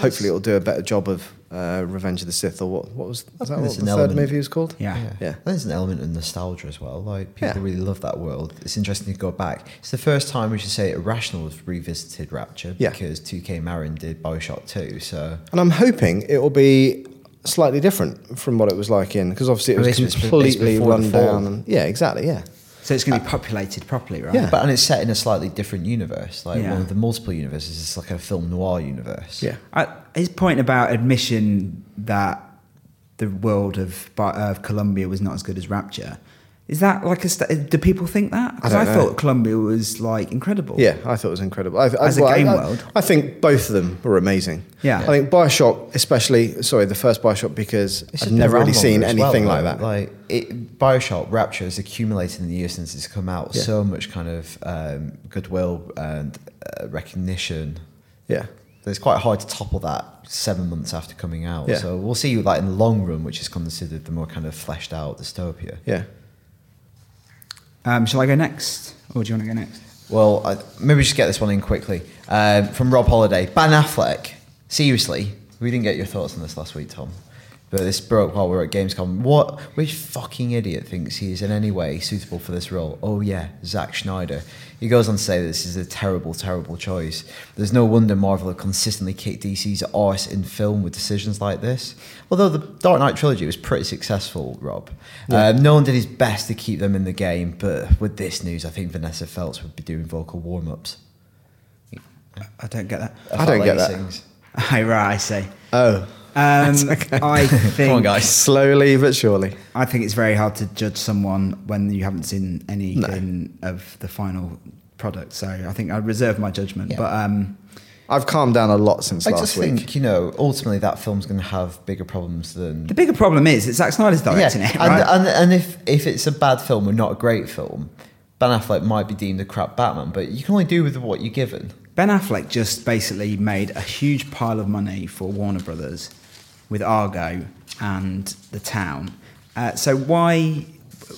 [SPEAKER 1] Hopefully, it'll do a better job of uh, Revenge of the Sith, or what? What was, was that?
[SPEAKER 2] think
[SPEAKER 1] What
[SPEAKER 2] it's
[SPEAKER 1] the
[SPEAKER 2] an
[SPEAKER 1] third
[SPEAKER 2] element.
[SPEAKER 1] movie was called?
[SPEAKER 3] Yeah.
[SPEAKER 1] Yeah.
[SPEAKER 2] There's an element of nostalgia as well. Like people
[SPEAKER 1] Yeah.
[SPEAKER 2] really love that world. It's interesting to go back. It's the first time we should say Irrational has revisited Rapture
[SPEAKER 1] Yeah.
[SPEAKER 2] because 2K Marin did Bioshock 2. So
[SPEAKER 1] And I'm hoping it will be slightly different from what it was like in because obviously it
[SPEAKER 2] Well,
[SPEAKER 1] was
[SPEAKER 2] it's- it's be- it's
[SPEAKER 1] completely
[SPEAKER 2] before the
[SPEAKER 1] run
[SPEAKER 2] fall.
[SPEAKER 1] down. And, yeah, exactly. Yeah.
[SPEAKER 3] So it's going to be populated properly, right?
[SPEAKER 1] Yeah.
[SPEAKER 2] but and it's set in a slightly different universe. Like
[SPEAKER 3] Yeah.
[SPEAKER 2] one of the multiple universes is like a film noir universe.
[SPEAKER 1] Yeah.
[SPEAKER 3] I, Uh, his point about admission that the world of Bi- of Colombia was not as good as Rapture is that like a st- do people think that? Because I,
[SPEAKER 1] don't know.
[SPEAKER 3] thought Colombia was like incredible.
[SPEAKER 1] Yeah, I thought it was incredible. I, I,
[SPEAKER 3] As a
[SPEAKER 1] well, I-
[SPEAKER 3] game
[SPEAKER 1] I,
[SPEAKER 3] world.
[SPEAKER 1] I think both of them were amazing.
[SPEAKER 3] Yeah.
[SPEAKER 1] I think Bioshock, especially, sorry, the first Bioshock, because
[SPEAKER 2] It's
[SPEAKER 1] I've
[SPEAKER 2] just been
[SPEAKER 1] never really
[SPEAKER 2] around
[SPEAKER 1] seen
[SPEAKER 2] longer as well,
[SPEAKER 1] anything like
[SPEAKER 2] though.
[SPEAKER 1] that.
[SPEAKER 2] Like it, Bioshock Rapture has accumulated in the years since it's come out
[SPEAKER 1] Yeah.
[SPEAKER 2] so much kind of um, goodwill and uh, recognition.
[SPEAKER 1] yeah.
[SPEAKER 2] that It's quite hard to topple that seven months after coming out.
[SPEAKER 1] Yeah.
[SPEAKER 2] So we'll see like in the long run, which is considered the more kind of fleshed out dystopia.
[SPEAKER 1] Yeah.
[SPEAKER 3] Um, shall I go next, or do you want to go next?
[SPEAKER 2] Well, I, maybe we should get this one in quickly um, from Rob Holiday. Ben Affleck, seriously, we didn't get your thoughts on this last week, Tom. But this broke while we were at Gamescom. What? Which fucking idiot thinks he is in any way suitable for this role? Oh yeah, Zack Schneider. He goes on to say that this is a terrible, terrible choice. There's no wonder Marvel have consistently kicked DC's arse in film with decisions like this. Although the Dark Knight trilogy was pretty successful, Rob. Um, Nolan did his best to keep them in the game, but with this news, I think Vanessa Feltz would be doing vocal warm ups.
[SPEAKER 3] I don't get that.
[SPEAKER 1] I don't get that.
[SPEAKER 3] Oh, right, I see.
[SPEAKER 1] Oh.
[SPEAKER 3] Um, I think.
[SPEAKER 2] Come on, guys.
[SPEAKER 1] Slowly but surely.
[SPEAKER 3] I think it's very hard to judge someone when you haven't seen anything of the final product. So I think I reserve my judgment.
[SPEAKER 2] Yeah.
[SPEAKER 3] But um,
[SPEAKER 1] I've calmed down a lot since
[SPEAKER 2] I
[SPEAKER 1] last
[SPEAKER 2] just
[SPEAKER 1] week.
[SPEAKER 2] think, you know, ultimately that film's going to have bigger problems than.
[SPEAKER 3] the bigger problem is it's Zack Snyder's directing it,
[SPEAKER 2] and,
[SPEAKER 3] right?
[SPEAKER 2] and, and if, if it's a bad film or not a great film, Ben Affleck might be deemed a crap Batman, but you can only do with what you're given.
[SPEAKER 3] Ben Affleck just basically made a huge pile of money for Warner Brothers with Argo and The Town. Uh, so why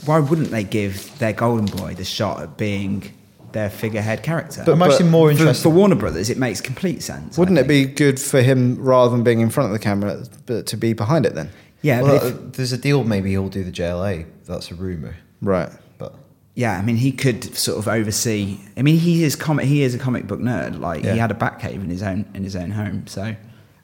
[SPEAKER 3] why wouldn't they give their Golden Boy the shot at being their figurehead character?
[SPEAKER 2] But, I'm actually
[SPEAKER 1] but
[SPEAKER 2] more
[SPEAKER 3] for,
[SPEAKER 2] interested.
[SPEAKER 3] for Warner Brothers, it makes complete sense. I
[SPEAKER 1] Wouldn't it
[SPEAKER 3] think.
[SPEAKER 1] be good for him rather than being in front of the camera, but to be behind it then?
[SPEAKER 3] Yeah, but
[SPEAKER 2] well,
[SPEAKER 3] if-
[SPEAKER 2] uh, there's a deal. Maybe he'll do the JLA. That's a rumor,
[SPEAKER 1] Right.
[SPEAKER 2] but
[SPEAKER 3] yeah. I mean, he could sort of oversee. I mean, he is comic. He is a comic book nerd. Like
[SPEAKER 2] Yeah.
[SPEAKER 3] he had a Batcave in his own in his own home. So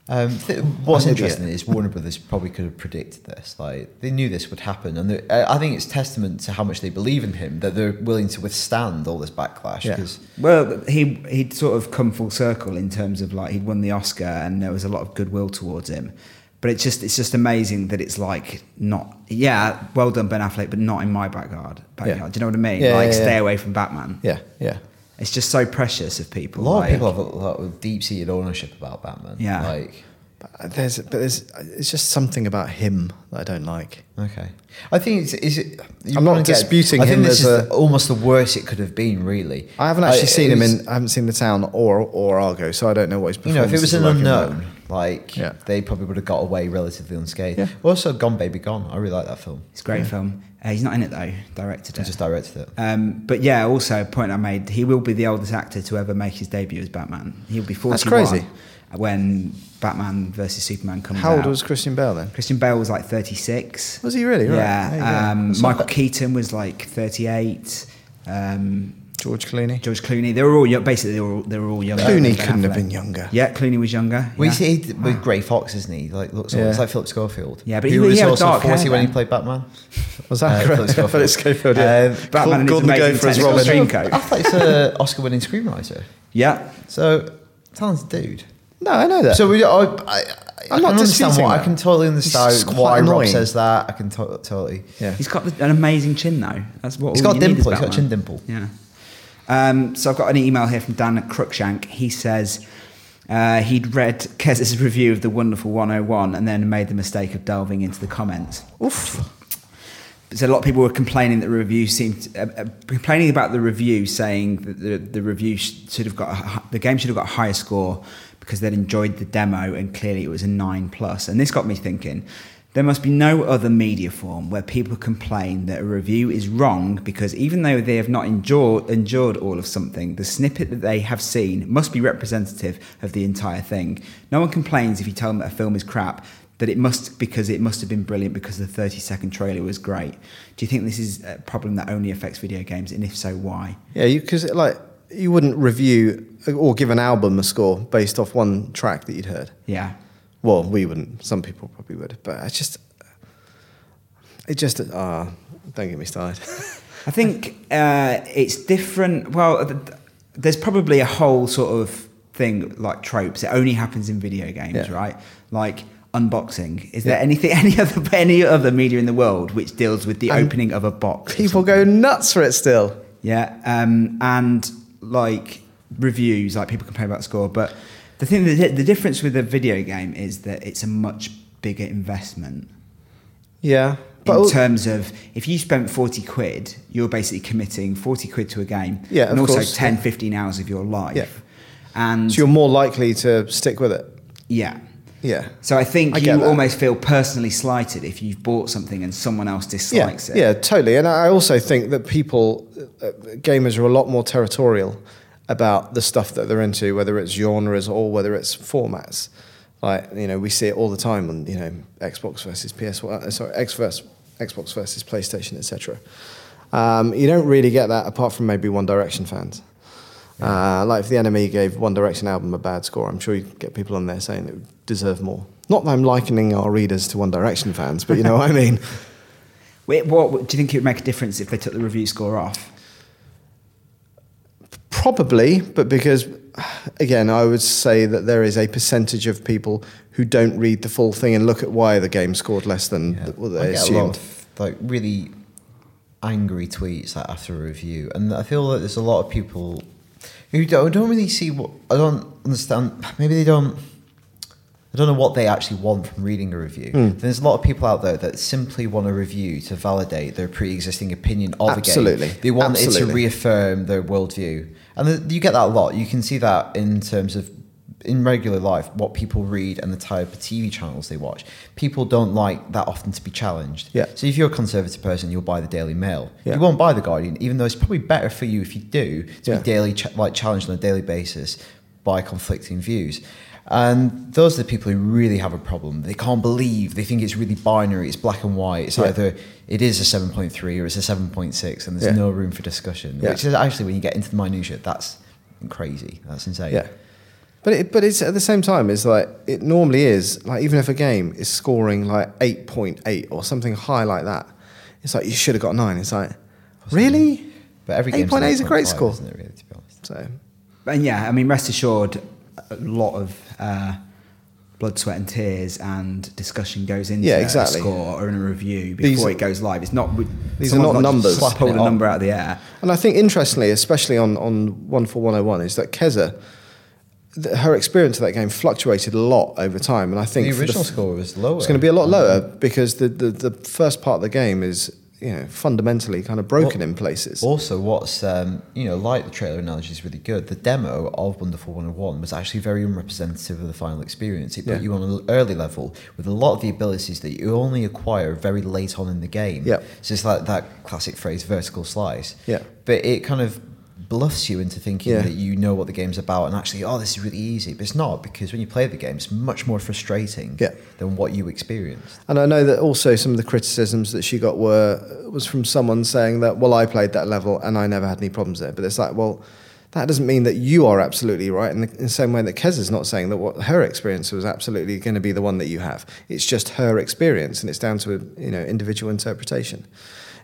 [SPEAKER 2] um, th- what's
[SPEAKER 1] An idiot.
[SPEAKER 2] interesting is Warner Brothers probably could have predicted this. Like they knew this would happen, and they- I I think it's testament to how much they believe in him that they're willing to withstand all this backlash.
[SPEAKER 1] Yeah.
[SPEAKER 2] Because
[SPEAKER 3] Well, he he'd sort of come full circle in terms of like he'd won the Oscar and there was a lot of goodwill towards him. But it's just it's just amazing that it's like not yeah, well done Ben Affleck, but not in my backyard. Backyard, do you know what I mean?
[SPEAKER 1] Yeah,
[SPEAKER 3] like
[SPEAKER 1] yeah, yeah.
[SPEAKER 3] stay away from Batman.
[SPEAKER 1] Yeah. Yeah.
[SPEAKER 3] It's just so precious of
[SPEAKER 2] a
[SPEAKER 3] people.
[SPEAKER 2] lot of
[SPEAKER 3] like-
[SPEAKER 2] people have a lot of deep-seated ownership about Batman.
[SPEAKER 3] Yeah.
[SPEAKER 2] like
[SPEAKER 1] But there's, but there's, it's just something about him that I don't like.
[SPEAKER 2] Okay, I think it's, is it. you
[SPEAKER 1] I'm not
[SPEAKER 2] wanna get-
[SPEAKER 1] disputing
[SPEAKER 2] I think
[SPEAKER 1] him
[SPEAKER 2] this is
[SPEAKER 1] as a-
[SPEAKER 2] the- almost the worst it could have been. Really,
[SPEAKER 1] I haven't actually
[SPEAKER 2] I-
[SPEAKER 1] seen
[SPEAKER 2] it
[SPEAKER 1] him
[SPEAKER 2] was-
[SPEAKER 1] in. I haven't seen the town or or Argo, so I don't know what his
[SPEAKER 2] You know,
[SPEAKER 1] performance
[SPEAKER 2] if it was an unknown, like
[SPEAKER 1] Yeah.
[SPEAKER 2] they probably would have got away relatively unscathed.
[SPEAKER 1] Yeah.
[SPEAKER 2] Also, Gone Baby Gone. I really like that film.
[SPEAKER 3] It's a great film. Uh, he's not in it though. Directed
[SPEAKER 2] I
[SPEAKER 3] it.
[SPEAKER 2] just directed it.
[SPEAKER 3] um, but yeah, also a point I made. He will be the oldest actor to ever make his debut as Batman. He'll be
[SPEAKER 1] That's
[SPEAKER 3] forty-one
[SPEAKER 1] crazy.
[SPEAKER 3] when Batman versus Superman comes
[SPEAKER 1] How
[SPEAKER 3] out.
[SPEAKER 1] old was Christian Bale then?
[SPEAKER 3] Christian Bale was like 36.
[SPEAKER 1] Was he really? Right. There you go.
[SPEAKER 3] Yeah. Um,
[SPEAKER 1] That's not
[SPEAKER 3] Michael
[SPEAKER 1] bad.
[SPEAKER 3] Keaton was like 38. Um,
[SPEAKER 1] George Clooney.
[SPEAKER 3] George Clooney. They were all young, basically they were all, they were all younger.
[SPEAKER 1] Clooney
[SPEAKER 3] than Ben
[SPEAKER 1] couldn't have
[SPEAKER 3] Affleck.
[SPEAKER 1] been younger.
[SPEAKER 3] Yeah, Clooney was younger.
[SPEAKER 2] Well,
[SPEAKER 3] yeah.
[SPEAKER 2] you see, he- with Grey Fox, isn't he? Like looks
[SPEAKER 1] Yeah.
[SPEAKER 2] almost like Philip Schofield.
[SPEAKER 3] Yeah, but
[SPEAKER 2] who
[SPEAKER 3] he- he
[SPEAKER 2] was
[SPEAKER 3] had
[SPEAKER 2] also
[SPEAKER 3] dark hair
[SPEAKER 2] forty when he
[SPEAKER 3] then.
[SPEAKER 2] played Batman.
[SPEAKER 1] Was that
[SPEAKER 2] Uh, Philip
[SPEAKER 1] correct?
[SPEAKER 2] Schofield.
[SPEAKER 1] Philip Schofield. Yeah.
[SPEAKER 2] Um,
[SPEAKER 3] Batman and his amazing technical
[SPEAKER 1] Robin.
[SPEAKER 3] Dream
[SPEAKER 2] Schofield-
[SPEAKER 3] coat.
[SPEAKER 2] Affleck's an Oscar-winning screenwriter,
[SPEAKER 3] yeah.
[SPEAKER 2] so talented dude.
[SPEAKER 1] No, I know that.
[SPEAKER 2] So we, I, I, I
[SPEAKER 1] I'm
[SPEAKER 2] can
[SPEAKER 1] not
[SPEAKER 2] understand
[SPEAKER 1] disputing
[SPEAKER 2] why.
[SPEAKER 1] that.
[SPEAKER 2] I can totally
[SPEAKER 1] It's
[SPEAKER 2] understand
[SPEAKER 1] quite
[SPEAKER 2] why Rob
[SPEAKER 1] annoying.
[SPEAKER 2] says that. I can to- totally.
[SPEAKER 1] yeah.
[SPEAKER 3] He's got the- an amazing chin though. That's what
[SPEAKER 2] He's
[SPEAKER 3] all
[SPEAKER 2] got
[SPEAKER 3] you
[SPEAKER 2] a
[SPEAKER 3] need is
[SPEAKER 2] dimple, he's got a chin
[SPEAKER 3] Batman.
[SPEAKER 2] dimple.
[SPEAKER 3] Yeah. Um, so I've got an email here from Dan Cruikshank. He says uh, he'd read Kez's review of the Wonderful 101 and then made the mistake of delving into the comments. Oof. So a lot of people were complaining that the review seemed uh, uh, complaining about the review, saying that the, the review sh- should have got a, hi- the game should have got a higher score because they'd enjoyed the demo and clearly it was a nine plus. And this got me thinking. There must be no other media form where people complain that a review is wrong because even though they have not endured, endured all of something, the snippet that they have seen must be representative of the entire thing. No one complains if you tell them that a film is crap, that it must because it must have been brilliant because the 30 second trailer was great. Do you think this is a problem that only affects video games? And if so, why?
[SPEAKER 1] Yeah, because like you wouldn't review or give an album a score based off one track that you'd heard.
[SPEAKER 3] Yeah.
[SPEAKER 1] Well, we wouldn't. Some people probably would, but I just, it just ah, don't get me started.
[SPEAKER 3] I think uh, it's different. Well, th- th- there's probably a whole sort of thing like tropes. It only happens in video games,
[SPEAKER 1] Yeah.
[SPEAKER 3] right? Like unboxing. Is there anything, any other, any other media in the world which deals with the
[SPEAKER 1] And
[SPEAKER 3] opening of a box? or
[SPEAKER 1] people go
[SPEAKER 3] something?
[SPEAKER 1] nuts for it still.
[SPEAKER 3] Yeah, um, and like reviews, like people complain about score, but the thing, the, the difference with a video game is that it's a much bigger investment
[SPEAKER 1] Yeah,
[SPEAKER 3] in
[SPEAKER 1] but al-
[SPEAKER 3] terms of if you spent 40 quid, you're basically committing 40 quid to a game
[SPEAKER 1] Yeah,
[SPEAKER 3] and
[SPEAKER 1] of
[SPEAKER 3] also
[SPEAKER 1] course,
[SPEAKER 3] 10,
[SPEAKER 1] yeah.
[SPEAKER 3] 15 hours of your life.
[SPEAKER 1] Yeah.
[SPEAKER 3] And
[SPEAKER 1] so you're more likely to stick with it.
[SPEAKER 3] yeah.
[SPEAKER 1] Yeah,
[SPEAKER 3] So I think
[SPEAKER 1] I get
[SPEAKER 3] you
[SPEAKER 1] that.
[SPEAKER 3] almost feel personally slighted if you've bought something and someone else
[SPEAKER 1] yeah,
[SPEAKER 3] dislikes it.
[SPEAKER 1] yeah, totally. And I also think that people, uh, uh, gamers, are a lot more territorial about the stuff that they're into, whether it's genres or whether it's formats. Like you know, we see it all the time on you know Xbox versus PS, uh, sorry, X versus, Xbox versus PlayStation, etc. Um, you don't really get that apart from maybe One Direction fans. Uh, like if the enemy gave One Direction album a bad score, I'm sure you'd get people on there saying it would deserve more. Not that I'm likening our readers to One Direction fans, but you know what I mean.
[SPEAKER 3] Wait, what, do you think it would make a difference if they took the review score off?
[SPEAKER 1] Probably, but because, again, I would say that there is a percentage of people who don't read the full thing and look at why the game scored less than
[SPEAKER 2] Yeah.
[SPEAKER 1] th- what
[SPEAKER 2] I
[SPEAKER 1] they
[SPEAKER 2] get a lot
[SPEAKER 1] assumed.
[SPEAKER 2] of like really angry tweets like, after a review, and I feel that there's a lot of people who don't, don't really see what I don't understand. Maybe they don't. I don't know what they actually want from reading a review.
[SPEAKER 1] Hmm.
[SPEAKER 2] There's a lot of people out there that simply want a review to validate their pre-existing opinion of a
[SPEAKER 1] Absolutely.
[SPEAKER 2] game. They want it to
[SPEAKER 1] Absolutely.
[SPEAKER 2] reaffirm their worldview, and th- you get that a lot. You can see that in terms of in regular life what people read and the type of TV channels they watch. People don't like that often to be challenged.
[SPEAKER 1] Yeah.
[SPEAKER 2] So if you're a conservative person, you'll buy the Daily Mail.
[SPEAKER 1] Yeah.
[SPEAKER 2] You won't buy the Guardian, even though it's probably better for you if you do to
[SPEAKER 1] Yeah.
[SPEAKER 2] be daily ch- like challenged on a daily basis by conflicting views. And those are the people who really have a problem. They can't believe. They think it's really binary. It's black and white. It's
[SPEAKER 1] Yeah.
[SPEAKER 2] either it is a seven point three or it's a seven point six, and there's
[SPEAKER 1] Yeah.
[SPEAKER 2] no room for discussion.
[SPEAKER 1] Yeah.
[SPEAKER 2] Which is actually when you get into the minutia, that's crazy. That's insane.
[SPEAKER 1] Yeah. But, it, but it's at the same time, it's like, it normally is, like, even if a game is scoring like 8.8 or something high like that, it's like, you should have got nine. It's like, really?
[SPEAKER 2] But every game's
[SPEAKER 1] 8.8 is a great
[SPEAKER 2] 8.5,
[SPEAKER 1] score.
[SPEAKER 2] isn't it? Really, to be honest.
[SPEAKER 1] So,
[SPEAKER 3] And yeah, I mean, rest assured, a lot of uh, blood, sweat, and tears and discussion goes into
[SPEAKER 1] Yeah, exactly.
[SPEAKER 3] a score or in a review
[SPEAKER 1] These-
[SPEAKER 3] before it goes live. It's not.
[SPEAKER 1] These are not numbers.
[SPEAKER 3] Pulled
[SPEAKER 2] Slapping
[SPEAKER 3] a
[SPEAKER 2] it on.
[SPEAKER 3] number out of the air.
[SPEAKER 1] And I think interestingly, especially on on one for one hundred one, is that Keza, th- her experience of that game fluctuated a lot over time, and I think
[SPEAKER 2] The
[SPEAKER 1] for the
[SPEAKER 2] original
[SPEAKER 1] f-
[SPEAKER 2] score was lower.
[SPEAKER 1] it's going to be a lot lower because the, the the first part of the game is you know fundamentally kind of broken
[SPEAKER 2] Well,
[SPEAKER 1] in places.
[SPEAKER 2] Also, what's um, you know, like the trailer analogy is really good. The demo of Wonderful 101 was actually very unrepresentative of the final experience. It put
[SPEAKER 1] Yeah.
[SPEAKER 2] you on an early level with a lot of the abilities that you only acquire very late on in the game.
[SPEAKER 1] Yep.
[SPEAKER 2] So it's like that classic phrase, vertical slice.
[SPEAKER 1] Yeah.
[SPEAKER 2] But it kind of bluffs you into thinking
[SPEAKER 1] Yeah.
[SPEAKER 2] that you know what the game's about and actually, oh, this is really easy. But it's not because when you play the game, it's much more frustrating
[SPEAKER 1] Yeah.
[SPEAKER 2] than what you experienced.
[SPEAKER 1] And I know that also some of the criticisms that she got were was from someone saying that well I played that level and I never had any problems there. But it's like well. That doesn't mean that you are absolutely right, in the, in the same way that Keza's not saying that what her experience was absolutely going to be the one that you have. It's just her experience, and it's down to you know individual interpretation.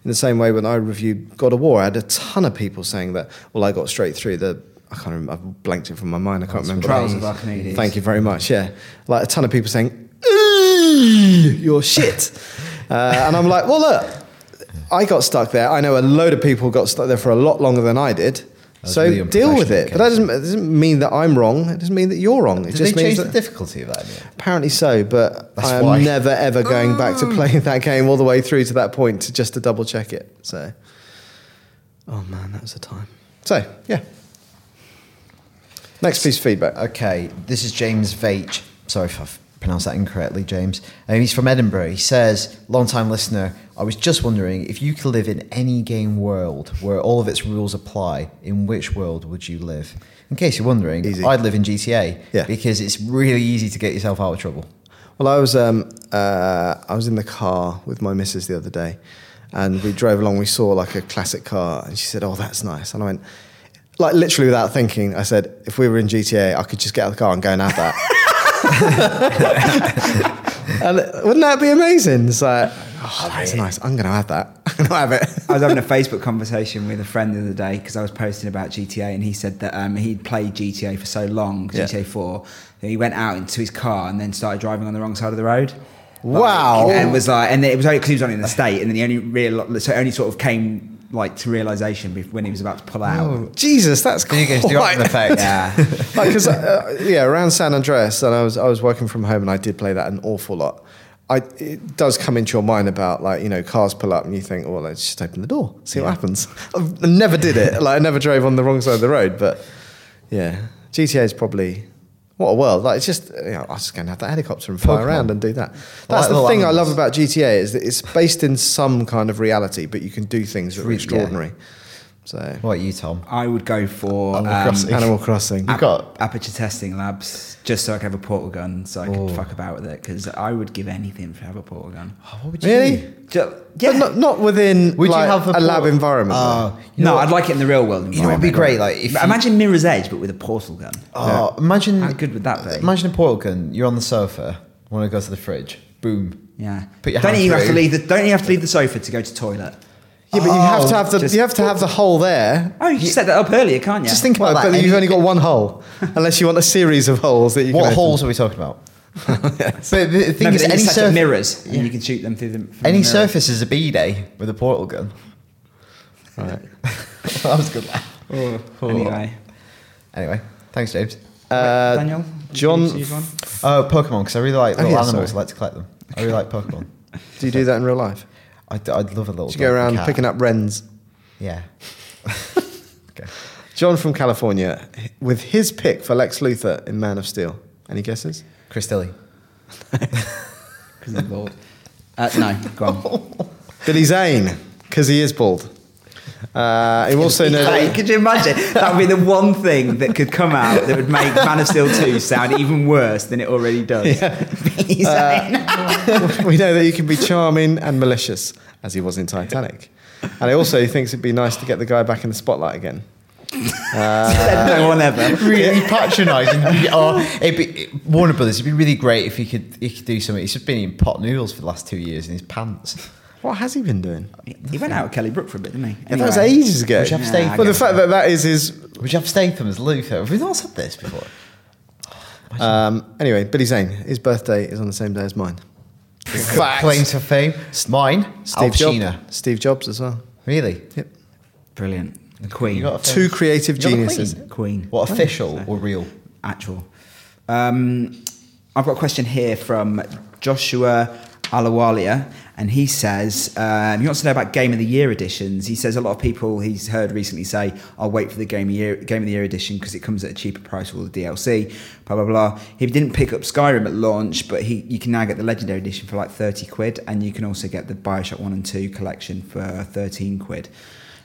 [SPEAKER 1] In the same way, when I reviewed God of War, I had a ton of people saying that well I got straight through the I can't remember, I've blanked it from my mind. I can't remember.
[SPEAKER 3] Trials of Archimedes.
[SPEAKER 1] Thank you very much. Yeah, like a ton of people saying, "Eeeh, "You're shit," uh, and I'm like, "Well, look, I got stuck there. I know a load of people got stuck there for a lot longer than I did.
[SPEAKER 2] was
[SPEAKER 1] So
[SPEAKER 2] really
[SPEAKER 1] deal with
[SPEAKER 2] unprofessional,
[SPEAKER 1] it. But that doesn't, it doesn't mean that I'm wrong. It doesn't mean that you're wrong. It
[SPEAKER 2] Did
[SPEAKER 1] just
[SPEAKER 2] they
[SPEAKER 1] means that
[SPEAKER 2] change the difficulty of that? in the end?
[SPEAKER 1] apparently so. But
[SPEAKER 2] That's
[SPEAKER 1] I'm
[SPEAKER 2] why.
[SPEAKER 1] never ever going back
[SPEAKER 2] Oh.
[SPEAKER 1] to playing that game all the way through to that point to just to double check it. So, oh man, that was a time. So yeah, Next piece of feedback.
[SPEAKER 2] Okay, this is James Veitch. Sorry if I've pronounced that incorrectly, James. Um, he's from Edinburgh. He says, long time listener, I was just wondering if you could live in any game world where all of its rules apply, in which world would you live? In case you're wondering,
[SPEAKER 1] Easy.
[SPEAKER 2] I'd live in GTA
[SPEAKER 1] Yeah.
[SPEAKER 2] because it's really easy to get yourself out of trouble.
[SPEAKER 1] Well, I was um, uh, I was in the car with my missus the other day, and we drove along. We saw like a classic car, and she said, "Oh, that's nice." And I went, like literally without thinking, I said, "If we were in GTA, I could just get out of the car and go and have that." and wouldn't that be amazing? It's like, oh, that's nice. I'm going to have that. I'm going to have it.
[SPEAKER 3] I was having a Facebook conversation with a friend the other day because I was posting about GTA, and he said that um, he'd played GTA for so long,
[SPEAKER 1] Yeah.
[SPEAKER 3] GTA Four, that he went out into his car and then started driving on the wrong side of the road.
[SPEAKER 1] Wow.
[SPEAKER 3] And was like, and it was only because he was only in the state, and then he only real, so it only sort of came like to realization bef- when he was about to pull out.
[SPEAKER 1] Oh, Jesus, that's
[SPEAKER 2] Video games do have an
[SPEAKER 1] quite-
[SPEAKER 2] effect.
[SPEAKER 3] Yeah.
[SPEAKER 1] because uh, yeah, around San Andreas, and I was I was working from home, and I did play that an awful lot. I, it does come into your mind about like you know cars pull up and you think, oh, well, let's just open the door, see what happens. I never did it. Like I never drove on the wrong side of the road, but yeah, GTA is probably what a world. Like it's just you know, I was just going to have that helicopter and fly
[SPEAKER 2] Pokemon.
[SPEAKER 1] around and do that.
[SPEAKER 2] Like
[SPEAKER 1] That's the
[SPEAKER 2] little
[SPEAKER 1] thing I
[SPEAKER 2] animals.
[SPEAKER 1] love about GTA is that it's based in some kind of reality, but you can do things that are
[SPEAKER 2] Really, yeah.
[SPEAKER 1] extraordinary. So
[SPEAKER 2] What about you, Tom?
[SPEAKER 3] I would go
[SPEAKER 1] Oh,
[SPEAKER 3] for
[SPEAKER 2] Animal
[SPEAKER 3] um,
[SPEAKER 2] Crossing.
[SPEAKER 1] Animal Crossing,
[SPEAKER 2] uh, You
[SPEAKER 3] ap-
[SPEAKER 2] got-
[SPEAKER 3] aperture testing labs just so I could have a portal gun so I could
[SPEAKER 1] Oh.
[SPEAKER 3] fuck about with it because I would give anything to have a portal gun.
[SPEAKER 2] Oh, what would
[SPEAKER 1] really.
[SPEAKER 2] do?
[SPEAKER 3] Ju-
[SPEAKER 1] But
[SPEAKER 3] yeah.
[SPEAKER 1] not, not within
[SPEAKER 2] Would
[SPEAKER 1] like,
[SPEAKER 2] you have
[SPEAKER 1] a, lab
[SPEAKER 2] port-
[SPEAKER 1] environment. though.
[SPEAKER 2] Oh, you know
[SPEAKER 3] no,
[SPEAKER 2] what?
[SPEAKER 3] I'd like it in the real world.
[SPEAKER 2] You know what'd be
[SPEAKER 3] environment.
[SPEAKER 2] great, like, if
[SPEAKER 3] But
[SPEAKER 2] you-
[SPEAKER 3] imagine Mirror's Edge, but with a portal gun.
[SPEAKER 2] Oh, imagine
[SPEAKER 3] How good would that be?
[SPEAKER 2] Imagine a portal gun. You're on the sofa. Want to go to the fridge? Boom.
[SPEAKER 3] Yeah.
[SPEAKER 2] Put your
[SPEAKER 3] don't
[SPEAKER 2] hand
[SPEAKER 3] you have to
[SPEAKER 2] through.
[SPEAKER 3] leave the Don't you have to leave the sofa to go to toilet? Oh,
[SPEAKER 1] yeah, but you have to have the
[SPEAKER 3] just-
[SPEAKER 1] you have to have the hole there.
[SPEAKER 3] Oh, you set that up earlier, can't you?
[SPEAKER 2] Just think about
[SPEAKER 1] Well,
[SPEAKER 2] that.
[SPEAKER 1] but
[SPEAKER 2] Any-
[SPEAKER 1] you've only got one hole, unless you want a series of holes that you.
[SPEAKER 2] what
[SPEAKER 1] can
[SPEAKER 2] holes are we talking about? But the
[SPEAKER 3] No,
[SPEAKER 2] thing
[SPEAKER 3] but
[SPEAKER 2] is,
[SPEAKER 3] then
[SPEAKER 2] any,
[SPEAKER 3] you set up
[SPEAKER 2] surf-
[SPEAKER 3] mirrors and you can shoot them through them.
[SPEAKER 2] any surface is a B day with a portal gun.
[SPEAKER 1] Open. Right.
[SPEAKER 2] that was a good. laugh.
[SPEAKER 3] Anyway,
[SPEAKER 2] Oh. Anyway, thanks, James.
[SPEAKER 1] Uh,
[SPEAKER 3] Daniel,
[SPEAKER 1] John,
[SPEAKER 3] choose one?
[SPEAKER 2] Oh, Pokemon, because I really like
[SPEAKER 1] Oh,
[SPEAKER 2] little
[SPEAKER 1] yeah,
[SPEAKER 2] animals. I
[SPEAKER 1] sorry.
[SPEAKER 2] like to collect them. I really like Pokemon.
[SPEAKER 1] do you do that in real life?
[SPEAKER 2] I'd, I'd love a little.
[SPEAKER 1] Do you go around picking up wrens?
[SPEAKER 2] Yeah. okay.
[SPEAKER 1] John from California h- with his pick for Lex Luthor in Man of Steel. Any guesses?
[SPEAKER 2] Chris Dilly.
[SPEAKER 3] 'cause he's bored. Uh, no, go
[SPEAKER 2] Oh,
[SPEAKER 3] on.
[SPEAKER 1] Billy Zane, because he is bald. Uh, you also know
[SPEAKER 3] Like,
[SPEAKER 1] that
[SPEAKER 3] could you imagine? That would be the one thing that could come out that would make Man of Steel 2 sound even worse than it already does. He's
[SPEAKER 2] Uh,
[SPEAKER 3] saying-
[SPEAKER 1] we know that he can be charming and malicious, as he was in Titanic. And he also thinks it'd be nice to get the guy back in the spotlight again.
[SPEAKER 3] no one
[SPEAKER 2] uh,
[SPEAKER 3] ever.
[SPEAKER 2] really patronising. or Oh, it'd be, Warner Brothers. It'd be really great if he could he could do something. He's just been eating pot noodles for the last two years in his pants.
[SPEAKER 1] What has he been doing?
[SPEAKER 3] He went out with Kelly Brook for a bit, didn't he?
[SPEAKER 1] Yeah, that was
[SPEAKER 3] Anyway.
[SPEAKER 1] ages ago.
[SPEAKER 2] Would you have Yeah, steak? I
[SPEAKER 1] well, the
[SPEAKER 2] guess
[SPEAKER 1] fact that that is his.
[SPEAKER 2] Would you have Statham as Luther? Have we not said this before?
[SPEAKER 1] Um, anyway, Billy Zane. His birthday is on the same day as mine. Fact.
[SPEAKER 2] Claims to fame. Mine. Steve
[SPEAKER 1] Steve
[SPEAKER 2] Al Pacino.
[SPEAKER 1] Jobs. Steve Jobs as well.
[SPEAKER 2] Really?
[SPEAKER 1] Yep.
[SPEAKER 3] Brilliant. The Queen.
[SPEAKER 2] You got a fame?
[SPEAKER 1] Two creative
[SPEAKER 2] You're the
[SPEAKER 1] geniuses.
[SPEAKER 2] queen.
[SPEAKER 3] Queen.
[SPEAKER 2] What official
[SPEAKER 3] so.
[SPEAKER 2] or real?
[SPEAKER 3] Actual. Um, I've got a question here from Joshua Alawalia, and he says um, he wants to know about Game of the Year editions. He says a lot of people he's heard recently say, "I'll wait for the Game of Year Game of the Year edition because it comes at a cheaper price with all the DLC." Blah blah blah. He didn't pick up Skyrim at launch, but he you can now get the Legendary edition for like thirty quid, and you can also get the Bioshock One and Two collection for thirteen quid.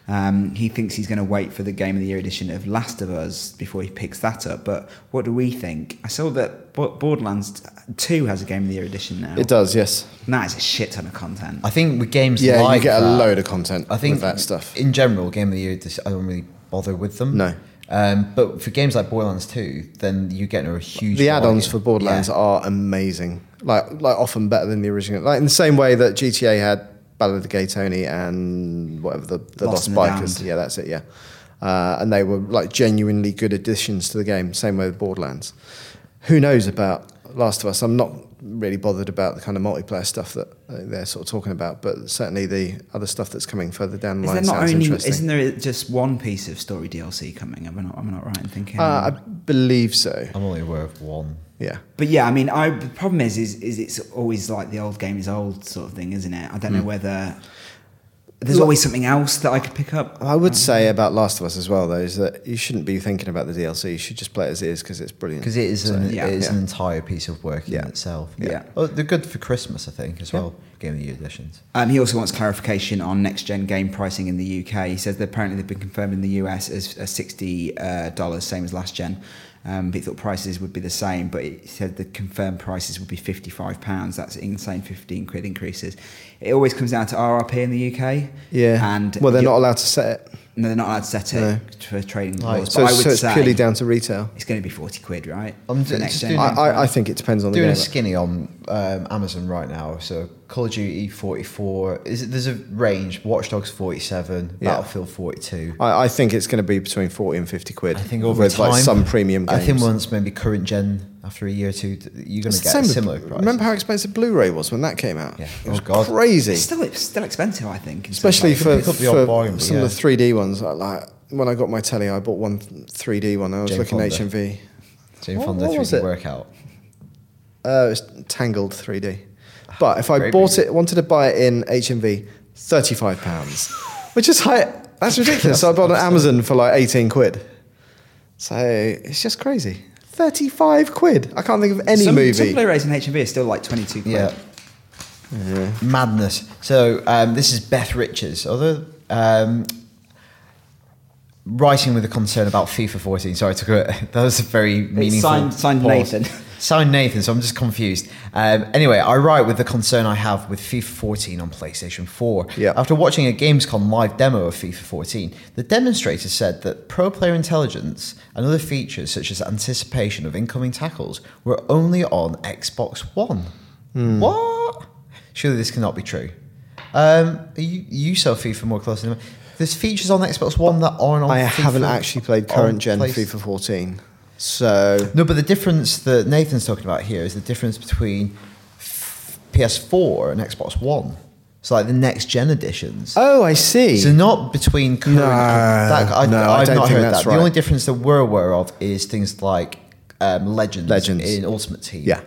[SPEAKER 3] Um, he thinks he's going to wait for the Game of the Year edition of Last of Us before he picks that up. But what do we think? I saw that Bo- Borderlands 2 has a Game of the Year edition now.
[SPEAKER 1] It does, yes.
[SPEAKER 3] And that is a shit ton of content.
[SPEAKER 2] I think with games
[SPEAKER 1] Yeah,
[SPEAKER 2] like
[SPEAKER 1] you get a
[SPEAKER 2] that,
[SPEAKER 1] load of content
[SPEAKER 2] I think
[SPEAKER 1] with that stuff.
[SPEAKER 2] In general, game of the year, just- I don't really bother with them.
[SPEAKER 1] No.
[SPEAKER 2] Um, but for games like Borderlands 2, then you get a huge.
[SPEAKER 1] the add-ons
[SPEAKER 2] variety.
[SPEAKER 1] for Borderlands
[SPEAKER 2] Yeah.
[SPEAKER 1] are amazing. Like, like often better than the original. Like in the same way that GTA had Battle of the Gay Tony and whatever the, the Lost,
[SPEAKER 3] Lost and
[SPEAKER 1] Bikers.
[SPEAKER 3] Bound.
[SPEAKER 1] Yeah, that's it. Yeah, uh, and they were like genuinely good additions to the game. Same way with Borderlands. Who knows about Last of Us? I'm not really bothered about the kind of multiplayer stuff that uh, they're sort of talking about, but certainly the other stuff that's coming further down the
[SPEAKER 3] is
[SPEAKER 1] line
[SPEAKER 3] there not
[SPEAKER 1] sounds
[SPEAKER 3] only,
[SPEAKER 1] interesting.
[SPEAKER 3] isn't there just one piece of story DLC coming? Am I not, am I not right in thinking?
[SPEAKER 1] uh, I believe so.
[SPEAKER 2] I'm only aware of one.
[SPEAKER 1] Yeah.
[SPEAKER 3] But yeah, I mean, I, the problem
[SPEAKER 1] Hmm.
[SPEAKER 3] is, is, is it's always like the old game is old sort of thing, isn't it? I don't know whether there's always something else that I could pick up.
[SPEAKER 1] I would say about Last of Us as well, though, is that you shouldn't be thinking about the DLC. You should just play it as it is because it's brilliant.
[SPEAKER 2] because it is an,
[SPEAKER 3] yeah.
[SPEAKER 2] it is an
[SPEAKER 1] Yeah.
[SPEAKER 2] entire piece of work in
[SPEAKER 1] Yeah.
[SPEAKER 2] itself.
[SPEAKER 3] Yeah.
[SPEAKER 2] Oh, they're good for Christmas, I think, as well. Game of the Year editions.
[SPEAKER 3] Um, he also wants clarification on next gen game pricing in the UK. He says that apparently they've been confirmed in the US as uh, sixty uh, dollars, same as last gen. Um, but he thought prices would be the same, but he said the confirmed prices would be fifty five pounds. That's insane, fifteen quid increases. It always comes down to RRP in the UK.
[SPEAKER 1] yeah.
[SPEAKER 3] and
[SPEAKER 1] well, they're
[SPEAKER 3] you-
[SPEAKER 1] not allowed to set it,
[SPEAKER 3] No, they're not allowed to set it
[SPEAKER 1] No.
[SPEAKER 3] for trading
[SPEAKER 2] Right.
[SPEAKER 3] laws.
[SPEAKER 1] so,
[SPEAKER 3] But I
[SPEAKER 1] it's-
[SPEAKER 3] would
[SPEAKER 1] so it's
[SPEAKER 3] say
[SPEAKER 1] purely down to retail.
[SPEAKER 3] it's going to be forty quid, right?
[SPEAKER 2] I'm
[SPEAKER 3] for
[SPEAKER 2] ju-
[SPEAKER 3] next
[SPEAKER 2] just
[SPEAKER 1] I,
[SPEAKER 2] doing
[SPEAKER 3] gen.
[SPEAKER 2] Yeah.
[SPEAKER 1] I, I think it depends on the
[SPEAKER 2] Doing a
[SPEAKER 1] game.
[SPEAKER 2] skinny on um, Amazon right now. So Call of Duty 44. Is it, there's a range. Watch Dogs 47.
[SPEAKER 1] Yeah.
[SPEAKER 2] Battlefield 42.
[SPEAKER 1] I, I think it's going to be between forty and fifty quid.
[SPEAKER 2] I think over
[SPEAKER 1] with
[SPEAKER 2] time,
[SPEAKER 1] like some premium. Games.
[SPEAKER 2] I think once maybe current gen after a year or two, th- you're going
[SPEAKER 1] It's the
[SPEAKER 2] to get
[SPEAKER 1] same
[SPEAKER 2] a
[SPEAKER 1] with-
[SPEAKER 2] similar price.
[SPEAKER 1] Remember how expensive Blu-ray was when that came out?
[SPEAKER 2] Yeah.
[SPEAKER 1] It was
[SPEAKER 2] Oh, God.
[SPEAKER 1] crazy.
[SPEAKER 3] It's still, it's still expensive, I think. in some
[SPEAKER 1] especially
[SPEAKER 3] ways.
[SPEAKER 1] for,
[SPEAKER 2] pick up the
[SPEAKER 1] for
[SPEAKER 2] odd volume, but
[SPEAKER 1] some
[SPEAKER 2] yeah.
[SPEAKER 1] of the three D ones. I Like when I got my telly, I bought one three D one. I was
[SPEAKER 2] Jane
[SPEAKER 1] looking at
[SPEAKER 2] Fonda.
[SPEAKER 1] HMV.
[SPEAKER 2] Jane
[SPEAKER 1] What-
[SPEAKER 2] Fonda
[SPEAKER 1] what was
[SPEAKER 2] 3D
[SPEAKER 1] it?
[SPEAKER 2] workout.
[SPEAKER 1] Uh, it was Tangled three D. But if I
[SPEAKER 2] Ah, Great
[SPEAKER 1] bought
[SPEAKER 2] movie.
[SPEAKER 1] it, wanted to buy it in HMV, thirty five pounds, which is high. That's ridiculous. so I bought it on Amazon for like eighteen quid. So it's just crazy. Thirty five quid. I can't think of any
[SPEAKER 3] some, Some
[SPEAKER 1] movie.
[SPEAKER 3] Blu-rays and HMV are still like twenty-two quid.
[SPEAKER 2] Yeah. Mm-hmm. Madness. So um, this is Beth Richards. Although um, writing with a concern about FIFA 14. Sorry, I took a, that was a very meaningful.
[SPEAKER 3] signed- signed
[SPEAKER 2] pause.
[SPEAKER 3] Nathan.
[SPEAKER 2] Signed Nathan. So I'm just confused. Um, anyway, I write with the concern I have with FIFA 14 on PlayStation 4.
[SPEAKER 1] Yeah.
[SPEAKER 2] After watching a Gamescom live demo of FIFA 14, the demonstrator said that pro player intelligence and other features such as anticipation of incoming tackles were only on Xbox One.
[SPEAKER 1] Hmm.
[SPEAKER 2] What? Surely this cannot be true. Um, you, you sell FIFA more closely than me. There's features on Xbox One that aren't on
[SPEAKER 1] I
[SPEAKER 2] FIFA
[SPEAKER 1] haven't actually played
[SPEAKER 2] on
[SPEAKER 1] current gen
[SPEAKER 2] place-
[SPEAKER 1] FIFA fourteen. So
[SPEAKER 2] No, but the difference that Nathan's talking about here is the difference between f- PS4 and Xbox One. So, like the next gen editions.
[SPEAKER 1] Oh, I see.
[SPEAKER 2] So not between current.
[SPEAKER 1] No,
[SPEAKER 2] that, I,
[SPEAKER 1] no, I
[SPEAKER 2] I've
[SPEAKER 1] don't
[SPEAKER 2] not
[SPEAKER 1] think
[SPEAKER 2] heard
[SPEAKER 1] that's
[SPEAKER 2] that.
[SPEAKER 1] right.
[SPEAKER 2] The only difference that we're aware of is things like um, legends,
[SPEAKER 1] Legends.
[SPEAKER 2] in Ultimate Team.
[SPEAKER 1] Yeah.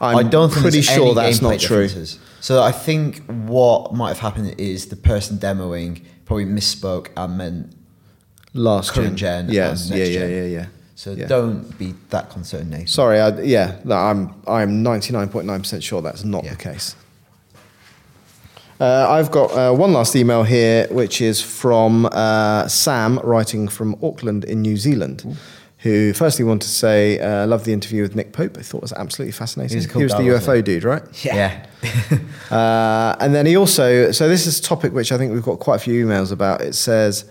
[SPEAKER 2] I'm I
[SPEAKER 1] I'm
[SPEAKER 2] do not think
[SPEAKER 1] pretty
[SPEAKER 2] there's
[SPEAKER 1] sure
[SPEAKER 2] any
[SPEAKER 1] that's
[SPEAKER 2] gameplay
[SPEAKER 1] not true.
[SPEAKER 2] differences. So I think what might have happened is the person demoing probably misspoke and meant.
[SPEAKER 1] last
[SPEAKER 2] current gen
[SPEAKER 1] Yes.
[SPEAKER 2] and next
[SPEAKER 1] yeah,
[SPEAKER 2] gen.
[SPEAKER 1] yeah, yeah, yeah.
[SPEAKER 2] So
[SPEAKER 1] Yeah.
[SPEAKER 2] don't be that concerned, Nathan.
[SPEAKER 1] Sorry, I, yeah, no, I'm I'm 99.9% sure that's not
[SPEAKER 2] Yeah.
[SPEAKER 1] the case. Uh, I've got uh, one last email here, which is from uh, Sam, writing from Auckland in New Zealand, who firstly wanted to say, uh, love the interview with Nick Pope. I thought it was absolutely fascinating.
[SPEAKER 2] He was a cool
[SPEAKER 1] he was
[SPEAKER 2] guy,
[SPEAKER 1] the
[SPEAKER 2] wasn't
[SPEAKER 1] UFO
[SPEAKER 2] he?
[SPEAKER 1] dude, right?
[SPEAKER 3] Yeah.
[SPEAKER 1] Uh, and then he also, so this is a topic which I think we've got quite a few emails about. It says,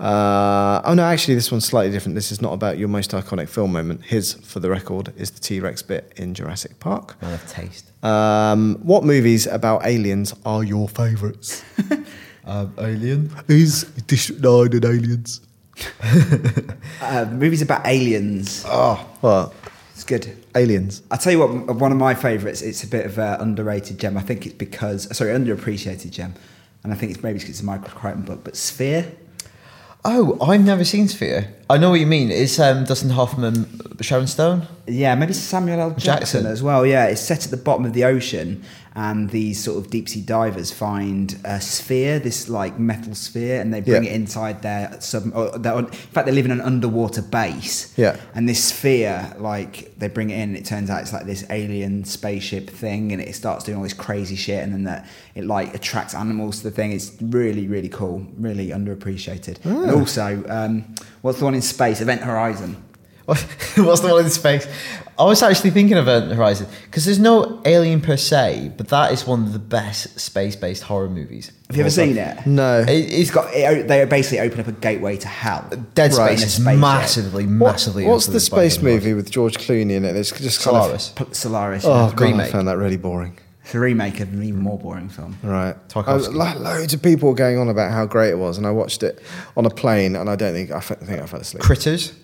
[SPEAKER 1] uh, oh no, actually, this one's slightly different. This is not about your most iconic film moment. His, for the record, is the T Rex bit in Jurassic Park.
[SPEAKER 2] Man of taste.
[SPEAKER 1] Um, what movies about aliens are your favourites?
[SPEAKER 2] Um, alien.
[SPEAKER 1] is District 9 and Aliens?
[SPEAKER 3] Uh, movies about aliens.
[SPEAKER 1] Oh, well,
[SPEAKER 3] It's good.
[SPEAKER 1] aliens.
[SPEAKER 3] I'll tell you what, uh, one of my favourites, it's a bit of an underrated gem. I think it's because, sorry, underappreciated gem. And I think it's maybe because it's a Michael Crichton book, but Sphere.
[SPEAKER 2] Oh, I've never seen Sphere. I know what you mean. It's um, Dustin Hoffman, Sharon Stone.
[SPEAKER 3] Yeah, maybe Samuel L. Jackson,
[SPEAKER 2] Jackson.
[SPEAKER 3] as well. Yeah, it's set at the bottom of the ocean, and these sort of deep sea divers find a sphere, this like metal sphere, and they bring
[SPEAKER 1] Yeah.
[SPEAKER 3] it inside their sub. Or their, in fact, they live in an underwater base.
[SPEAKER 1] Yeah.
[SPEAKER 3] and this sphere, like they bring it in, and it turns out it's like this alien spaceship thing, and it starts doing all this crazy shit, and then that it like attracts animals to the thing. It's really, really cool, really underappreciated.
[SPEAKER 1] Ah.
[SPEAKER 3] And also, um, what's the one in space? Event Horizon.
[SPEAKER 2] What's the one in space? I was actually thinking of Event Horizon because there's no alien per se, but that is one of the best space-based horror movies.
[SPEAKER 3] Have you ever
[SPEAKER 2] Also,
[SPEAKER 3] seen it?
[SPEAKER 1] No.
[SPEAKER 2] It,
[SPEAKER 3] It's
[SPEAKER 2] has got
[SPEAKER 3] got it, they basically open up a gateway to hell.
[SPEAKER 2] Dead
[SPEAKER 1] Right.
[SPEAKER 2] Space
[SPEAKER 3] In a
[SPEAKER 2] is
[SPEAKER 3] spaceship.
[SPEAKER 2] massively, massively.
[SPEAKER 1] What's the
[SPEAKER 2] influenced by
[SPEAKER 1] space
[SPEAKER 2] Event
[SPEAKER 1] movie with George Clooney in it? It's just kind
[SPEAKER 2] Horizon. Solaris.
[SPEAKER 3] P- Solaris.
[SPEAKER 1] of. Oh,
[SPEAKER 3] yeah.
[SPEAKER 1] God, I
[SPEAKER 2] Remake.
[SPEAKER 1] found that really boring.
[SPEAKER 3] It's a remake of an even more boring film.
[SPEAKER 1] Right.
[SPEAKER 2] Tarkovsky.
[SPEAKER 1] I- lo- loads of people were going on about how great it was, and I watched it on a plane, and I don't think I, f- think I fell asleep.
[SPEAKER 2] Critters.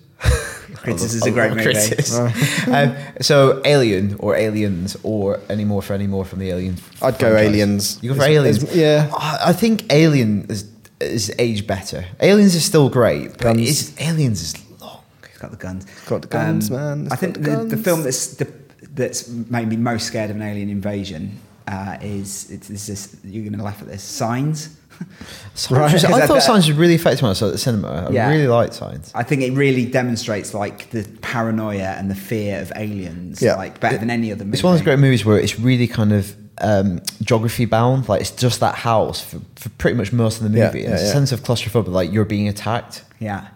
[SPEAKER 3] Critters
[SPEAKER 2] I
[SPEAKER 3] is a
[SPEAKER 2] love
[SPEAKER 3] great movie.
[SPEAKER 2] Critters. um, so Alien or Aliens or any more for any more from the Alien.
[SPEAKER 1] I'd go
[SPEAKER 2] franchise.
[SPEAKER 1] Aliens.
[SPEAKER 2] You go for
[SPEAKER 1] It's-
[SPEAKER 2] Aliens.
[SPEAKER 1] it's- yeah.
[SPEAKER 2] I I think Alien is is aged better. Aliens is still great, but
[SPEAKER 1] Guns.
[SPEAKER 2] it's, Aliens is long.
[SPEAKER 3] It's got the guns. It's
[SPEAKER 1] got the guns, man. It's
[SPEAKER 3] I think
[SPEAKER 1] got
[SPEAKER 3] the,
[SPEAKER 1] the
[SPEAKER 3] the
[SPEAKER 1] guns.
[SPEAKER 3] film that's the, that's made me most scared of an alien invasion uh, is it's, it's this. You're going to laugh at this. Signs.
[SPEAKER 2] Signs
[SPEAKER 1] Right.
[SPEAKER 2] was- I
[SPEAKER 3] Because
[SPEAKER 2] thought
[SPEAKER 3] I-
[SPEAKER 2] signs was really effective when I saw it at the cinema. I
[SPEAKER 3] Yeah.
[SPEAKER 2] really liked signs.
[SPEAKER 3] I think it really demonstrates like the paranoia and the fear of aliens,
[SPEAKER 1] Yeah.
[SPEAKER 3] like better than any other movie.
[SPEAKER 2] It's one of those great movies where it's really kind of um, geography bound. Like it's just that house for, for pretty much most of the
[SPEAKER 1] Yeah,
[SPEAKER 2] movie.
[SPEAKER 1] yeah,
[SPEAKER 2] and it's a
[SPEAKER 1] yeah.
[SPEAKER 2] sense of claustrophobia, like you're being attacked.
[SPEAKER 3] Yeah,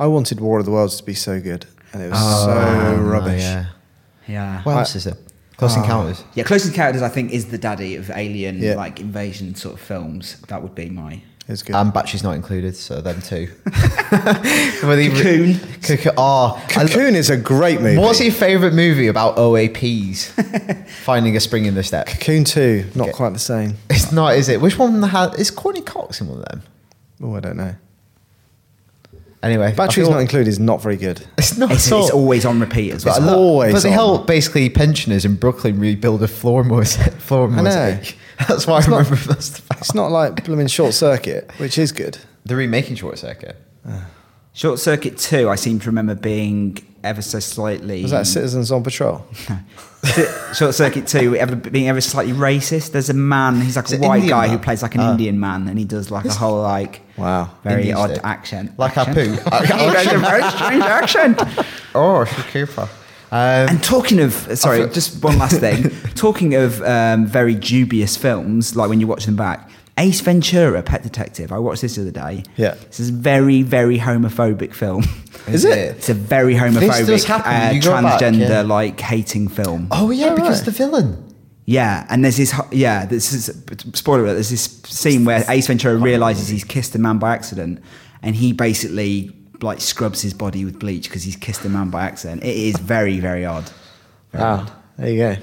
[SPEAKER 1] I wanted War of the Worlds to be so good, and it was so
[SPEAKER 2] Um,
[SPEAKER 1] rubbish.
[SPEAKER 2] yeah.
[SPEAKER 3] yeah,
[SPEAKER 2] What
[SPEAKER 1] I-
[SPEAKER 2] else is it? Close
[SPEAKER 1] Ah.
[SPEAKER 2] Encounters.
[SPEAKER 3] yeah. Close Encounters, I think, is the daddy of alien
[SPEAKER 1] Yeah.
[SPEAKER 3] like invasion sort of films. That would be my
[SPEAKER 1] It was good.
[SPEAKER 2] And Battery's not included, so them too. Were they-
[SPEAKER 3] Cocoon.
[SPEAKER 2] Cocoon. Oh, I lo-
[SPEAKER 1] Cocoon is a great movie.
[SPEAKER 2] What's your favourite movie about OAPs? Finding a spring in the step.
[SPEAKER 1] Cocoon Two? Not
[SPEAKER 2] Okay.
[SPEAKER 1] quite the same.
[SPEAKER 2] It's not, is it? Which one had? Is Courtney Cox in one of them?
[SPEAKER 1] Oh, I don't know.
[SPEAKER 2] Anyway, I
[SPEAKER 1] Batteries
[SPEAKER 2] feel-
[SPEAKER 1] not included is not very good.
[SPEAKER 2] It's not.
[SPEAKER 3] It's,
[SPEAKER 2] at all.
[SPEAKER 3] it's always on repeat as
[SPEAKER 2] But
[SPEAKER 3] well.
[SPEAKER 2] I love-
[SPEAKER 1] always
[SPEAKER 2] But they
[SPEAKER 1] on.
[SPEAKER 2] helped basically pensioners in Brooklyn rebuild a floor mosaic. Floor
[SPEAKER 1] know.
[SPEAKER 2] mosaic. That's why I remember most of that.
[SPEAKER 1] It's not like blooming Short Circuit, which is good.
[SPEAKER 2] They're remaking Short Circuit.
[SPEAKER 3] Short Circuit Two, I seem to remember being ever so slightly.
[SPEAKER 2] Mm.
[SPEAKER 1] Was that Citizens on Patrol?
[SPEAKER 3] Short Circuit Two, ever being ever slightly racist. There's a man, he's like
[SPEAKER 2] Is
[SPEAKER 3] a
[SPEAKER 2] it
[SPEAKER 3] white
[SPEAKER 2] Indian
[SPEAKER 3] guy
[SPEAKER 2] man?
[SPEAKER 3] who plays like an
[SPEAKER 2] Ah.
[SPEAKER 3] Indian man, and he does like a whole like
[SPEAKER 1] Wow.
[SPEAKER 3] very
[SPEAKER 2] Indian
[SPEAKER 3] odd
[SPEAKER 2] stick.
[SPEAKER 3] accent,
[SPEAKER 2] Like
[SPEAKER 3] accent.
[SPEAKER 2] Apu. I- I-
[SPEAKER 3] Very- very strange accent.
[SPEAKER 2] Oh, it's Cooper. Um,
[SPEAKER 3] And talking of, uh, sorry,
[SPEAKER 2] thought-
[SPEAKER 3] just one last thing. talking of um, very dubious films, like when you watch them back, Ace Ventura, Pet Detective. I watched this the other day.
[SPEAKER 1] Yeah.
[SPEAKER 3] this is a very, very homophobic film.
[SPEAKER 2] Is it?
[SPEAKER 3] It's a very homophobic,
[SPEAKER 2] does happen.
[SPEAKER 3] uh,
[SPEAKER 2] You go back,
[SPEAKER 3] transgender,
[SPEAKER 2] yeah.
[SPEAKER 3] like hating film.
[SPEAKER 2] oh yeah,
[SPEAKER 1] Oh,
[SPEAKER 2] because
[SPEAKER 1] right.
[SPEAKER 2] the villain.
[SPEAKER 3] Yeah, and there's this. ho- Yeah, this is spoiler alert. There's this scene where Ace Ventura realizes he's kissed a man by accident, and he basically like scrubs his body with bleach because he's kissed a man by accident. It is very, very odd.
[SPEAKER 1] Wow. There you go.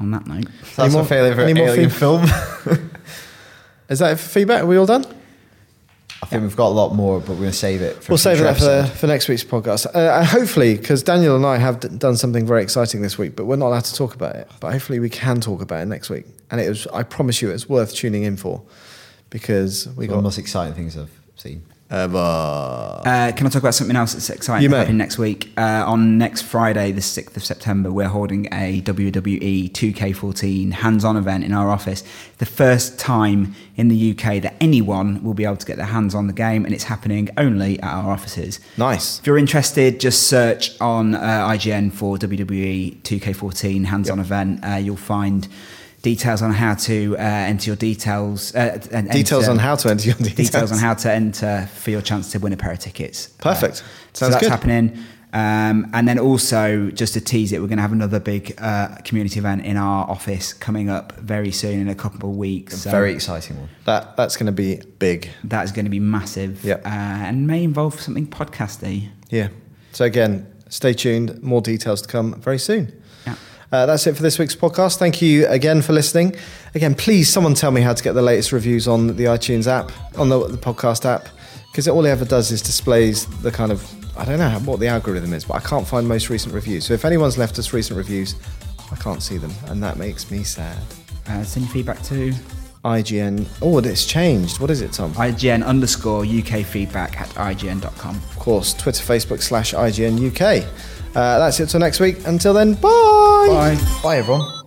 [SPEAKER 3] On that note.
[SPEAKER 2] So that's
[SPEAKER 1] Any
[SPEAKER 2] my
[SPEAKER 1] more-
[SPEAKER 2] favourite
[SPEAKER 1] any more
[SPEAKER 2] alien film.
[SPEAKER 1] Is that it for feedback? Are we all done?
[SPEAKER 2] I think we've got a lot more, but we're going to save it. For
[SPEAKER 1] We'll save
[SPEAKER 2] future
[SPEAKER 1] that for,
[SPEAKER 2] episode.
[SPEAKER 1] for next week's podcast. Uh, Uh, hopefully, because Daniel and I have d- done something very exciting this week, but we're not allowed to talk about it. But hopefully, we can talk about it next week. And it was, I promise you, it's worth tuning in for because we
[SPEAKER 2] One of the
[SPEAKER 1] got.
[SPEAKER 2] most exciting things I've seen.
[SPEAKER 1] Ever.
[SPEAKER 3] Uh, can I talk about something else that's exciting
[SPEAKER 1] You may.
[SPEAKER 3] happening next week? Uh, on next Friday, the 6th of September, we're holding a E WWE 2K14 hands on event in our office. The first time in the UK that anyone will be able to get their hands on the game, and it's happening only at our offices.
[SPEAKER 1] Nice.
[SPEAKER 3] If you're interested, just search on uh, IGN for E WWE 2K14 hands on event. Uh, you'll find details on how to uh, enter your details. Uh, and
[SPEAKER 1] Details
[SPEAKER 3] enter-
[SPEAKER 1] on how to enter your details.
[SPEAKER 3] details on how to enter for your chance to win a pair of tickets. Uh,
[SPEAKER 1] Perfect.
[SPEAKER 3] so
[SPEAKER 1] Sounds
[SPEAKER 3] that's
[SPEAKER 1] good.
[SPEAKER 3] happening. Um, and then also, just to tease it, we're going to have another big uh, community event in our office coming up very soon in a couple of weeks. So
[SPEAKER 2] Very exciting one.
[SPEAKER 1] That, that's going to be big.
[SPEAKER 3] That is going to be massive
[SPEAKER 1] Yep.
[SPEAKER 3] uh, and may involve something podcasty.
[SPEAKER 1] Yeah. So, again, stay tuned. More details to come very soon.
[SPEAKER 3] Yeah.
[SPEAKER 1] Uh, that's it for this week's podcast. Thank you again for listening. Again, please someone tell me how to get the latest reviews on the iTunes app, on the, the podcast app, because all it ever does is displays the kind of, I don't know how- what the algorithm is, but I can't find most recent reviews. So if anyone's left us recent reviews, I can't see them, and that makes me sad.
[SPEAKER 3] Uh, send your feedback to
[SPEAKER 1] IGN, oh, it's changed. What is it, Tom?
[SPEAKER 3] IGN underscore UK feedback at IGN.com.
[SPEAKER 1] Of course, Twitter, Facebook slash IGN UK. Uh, that's it till next week. Until then, bye.
[SPEAKER 2] Bye, everyone.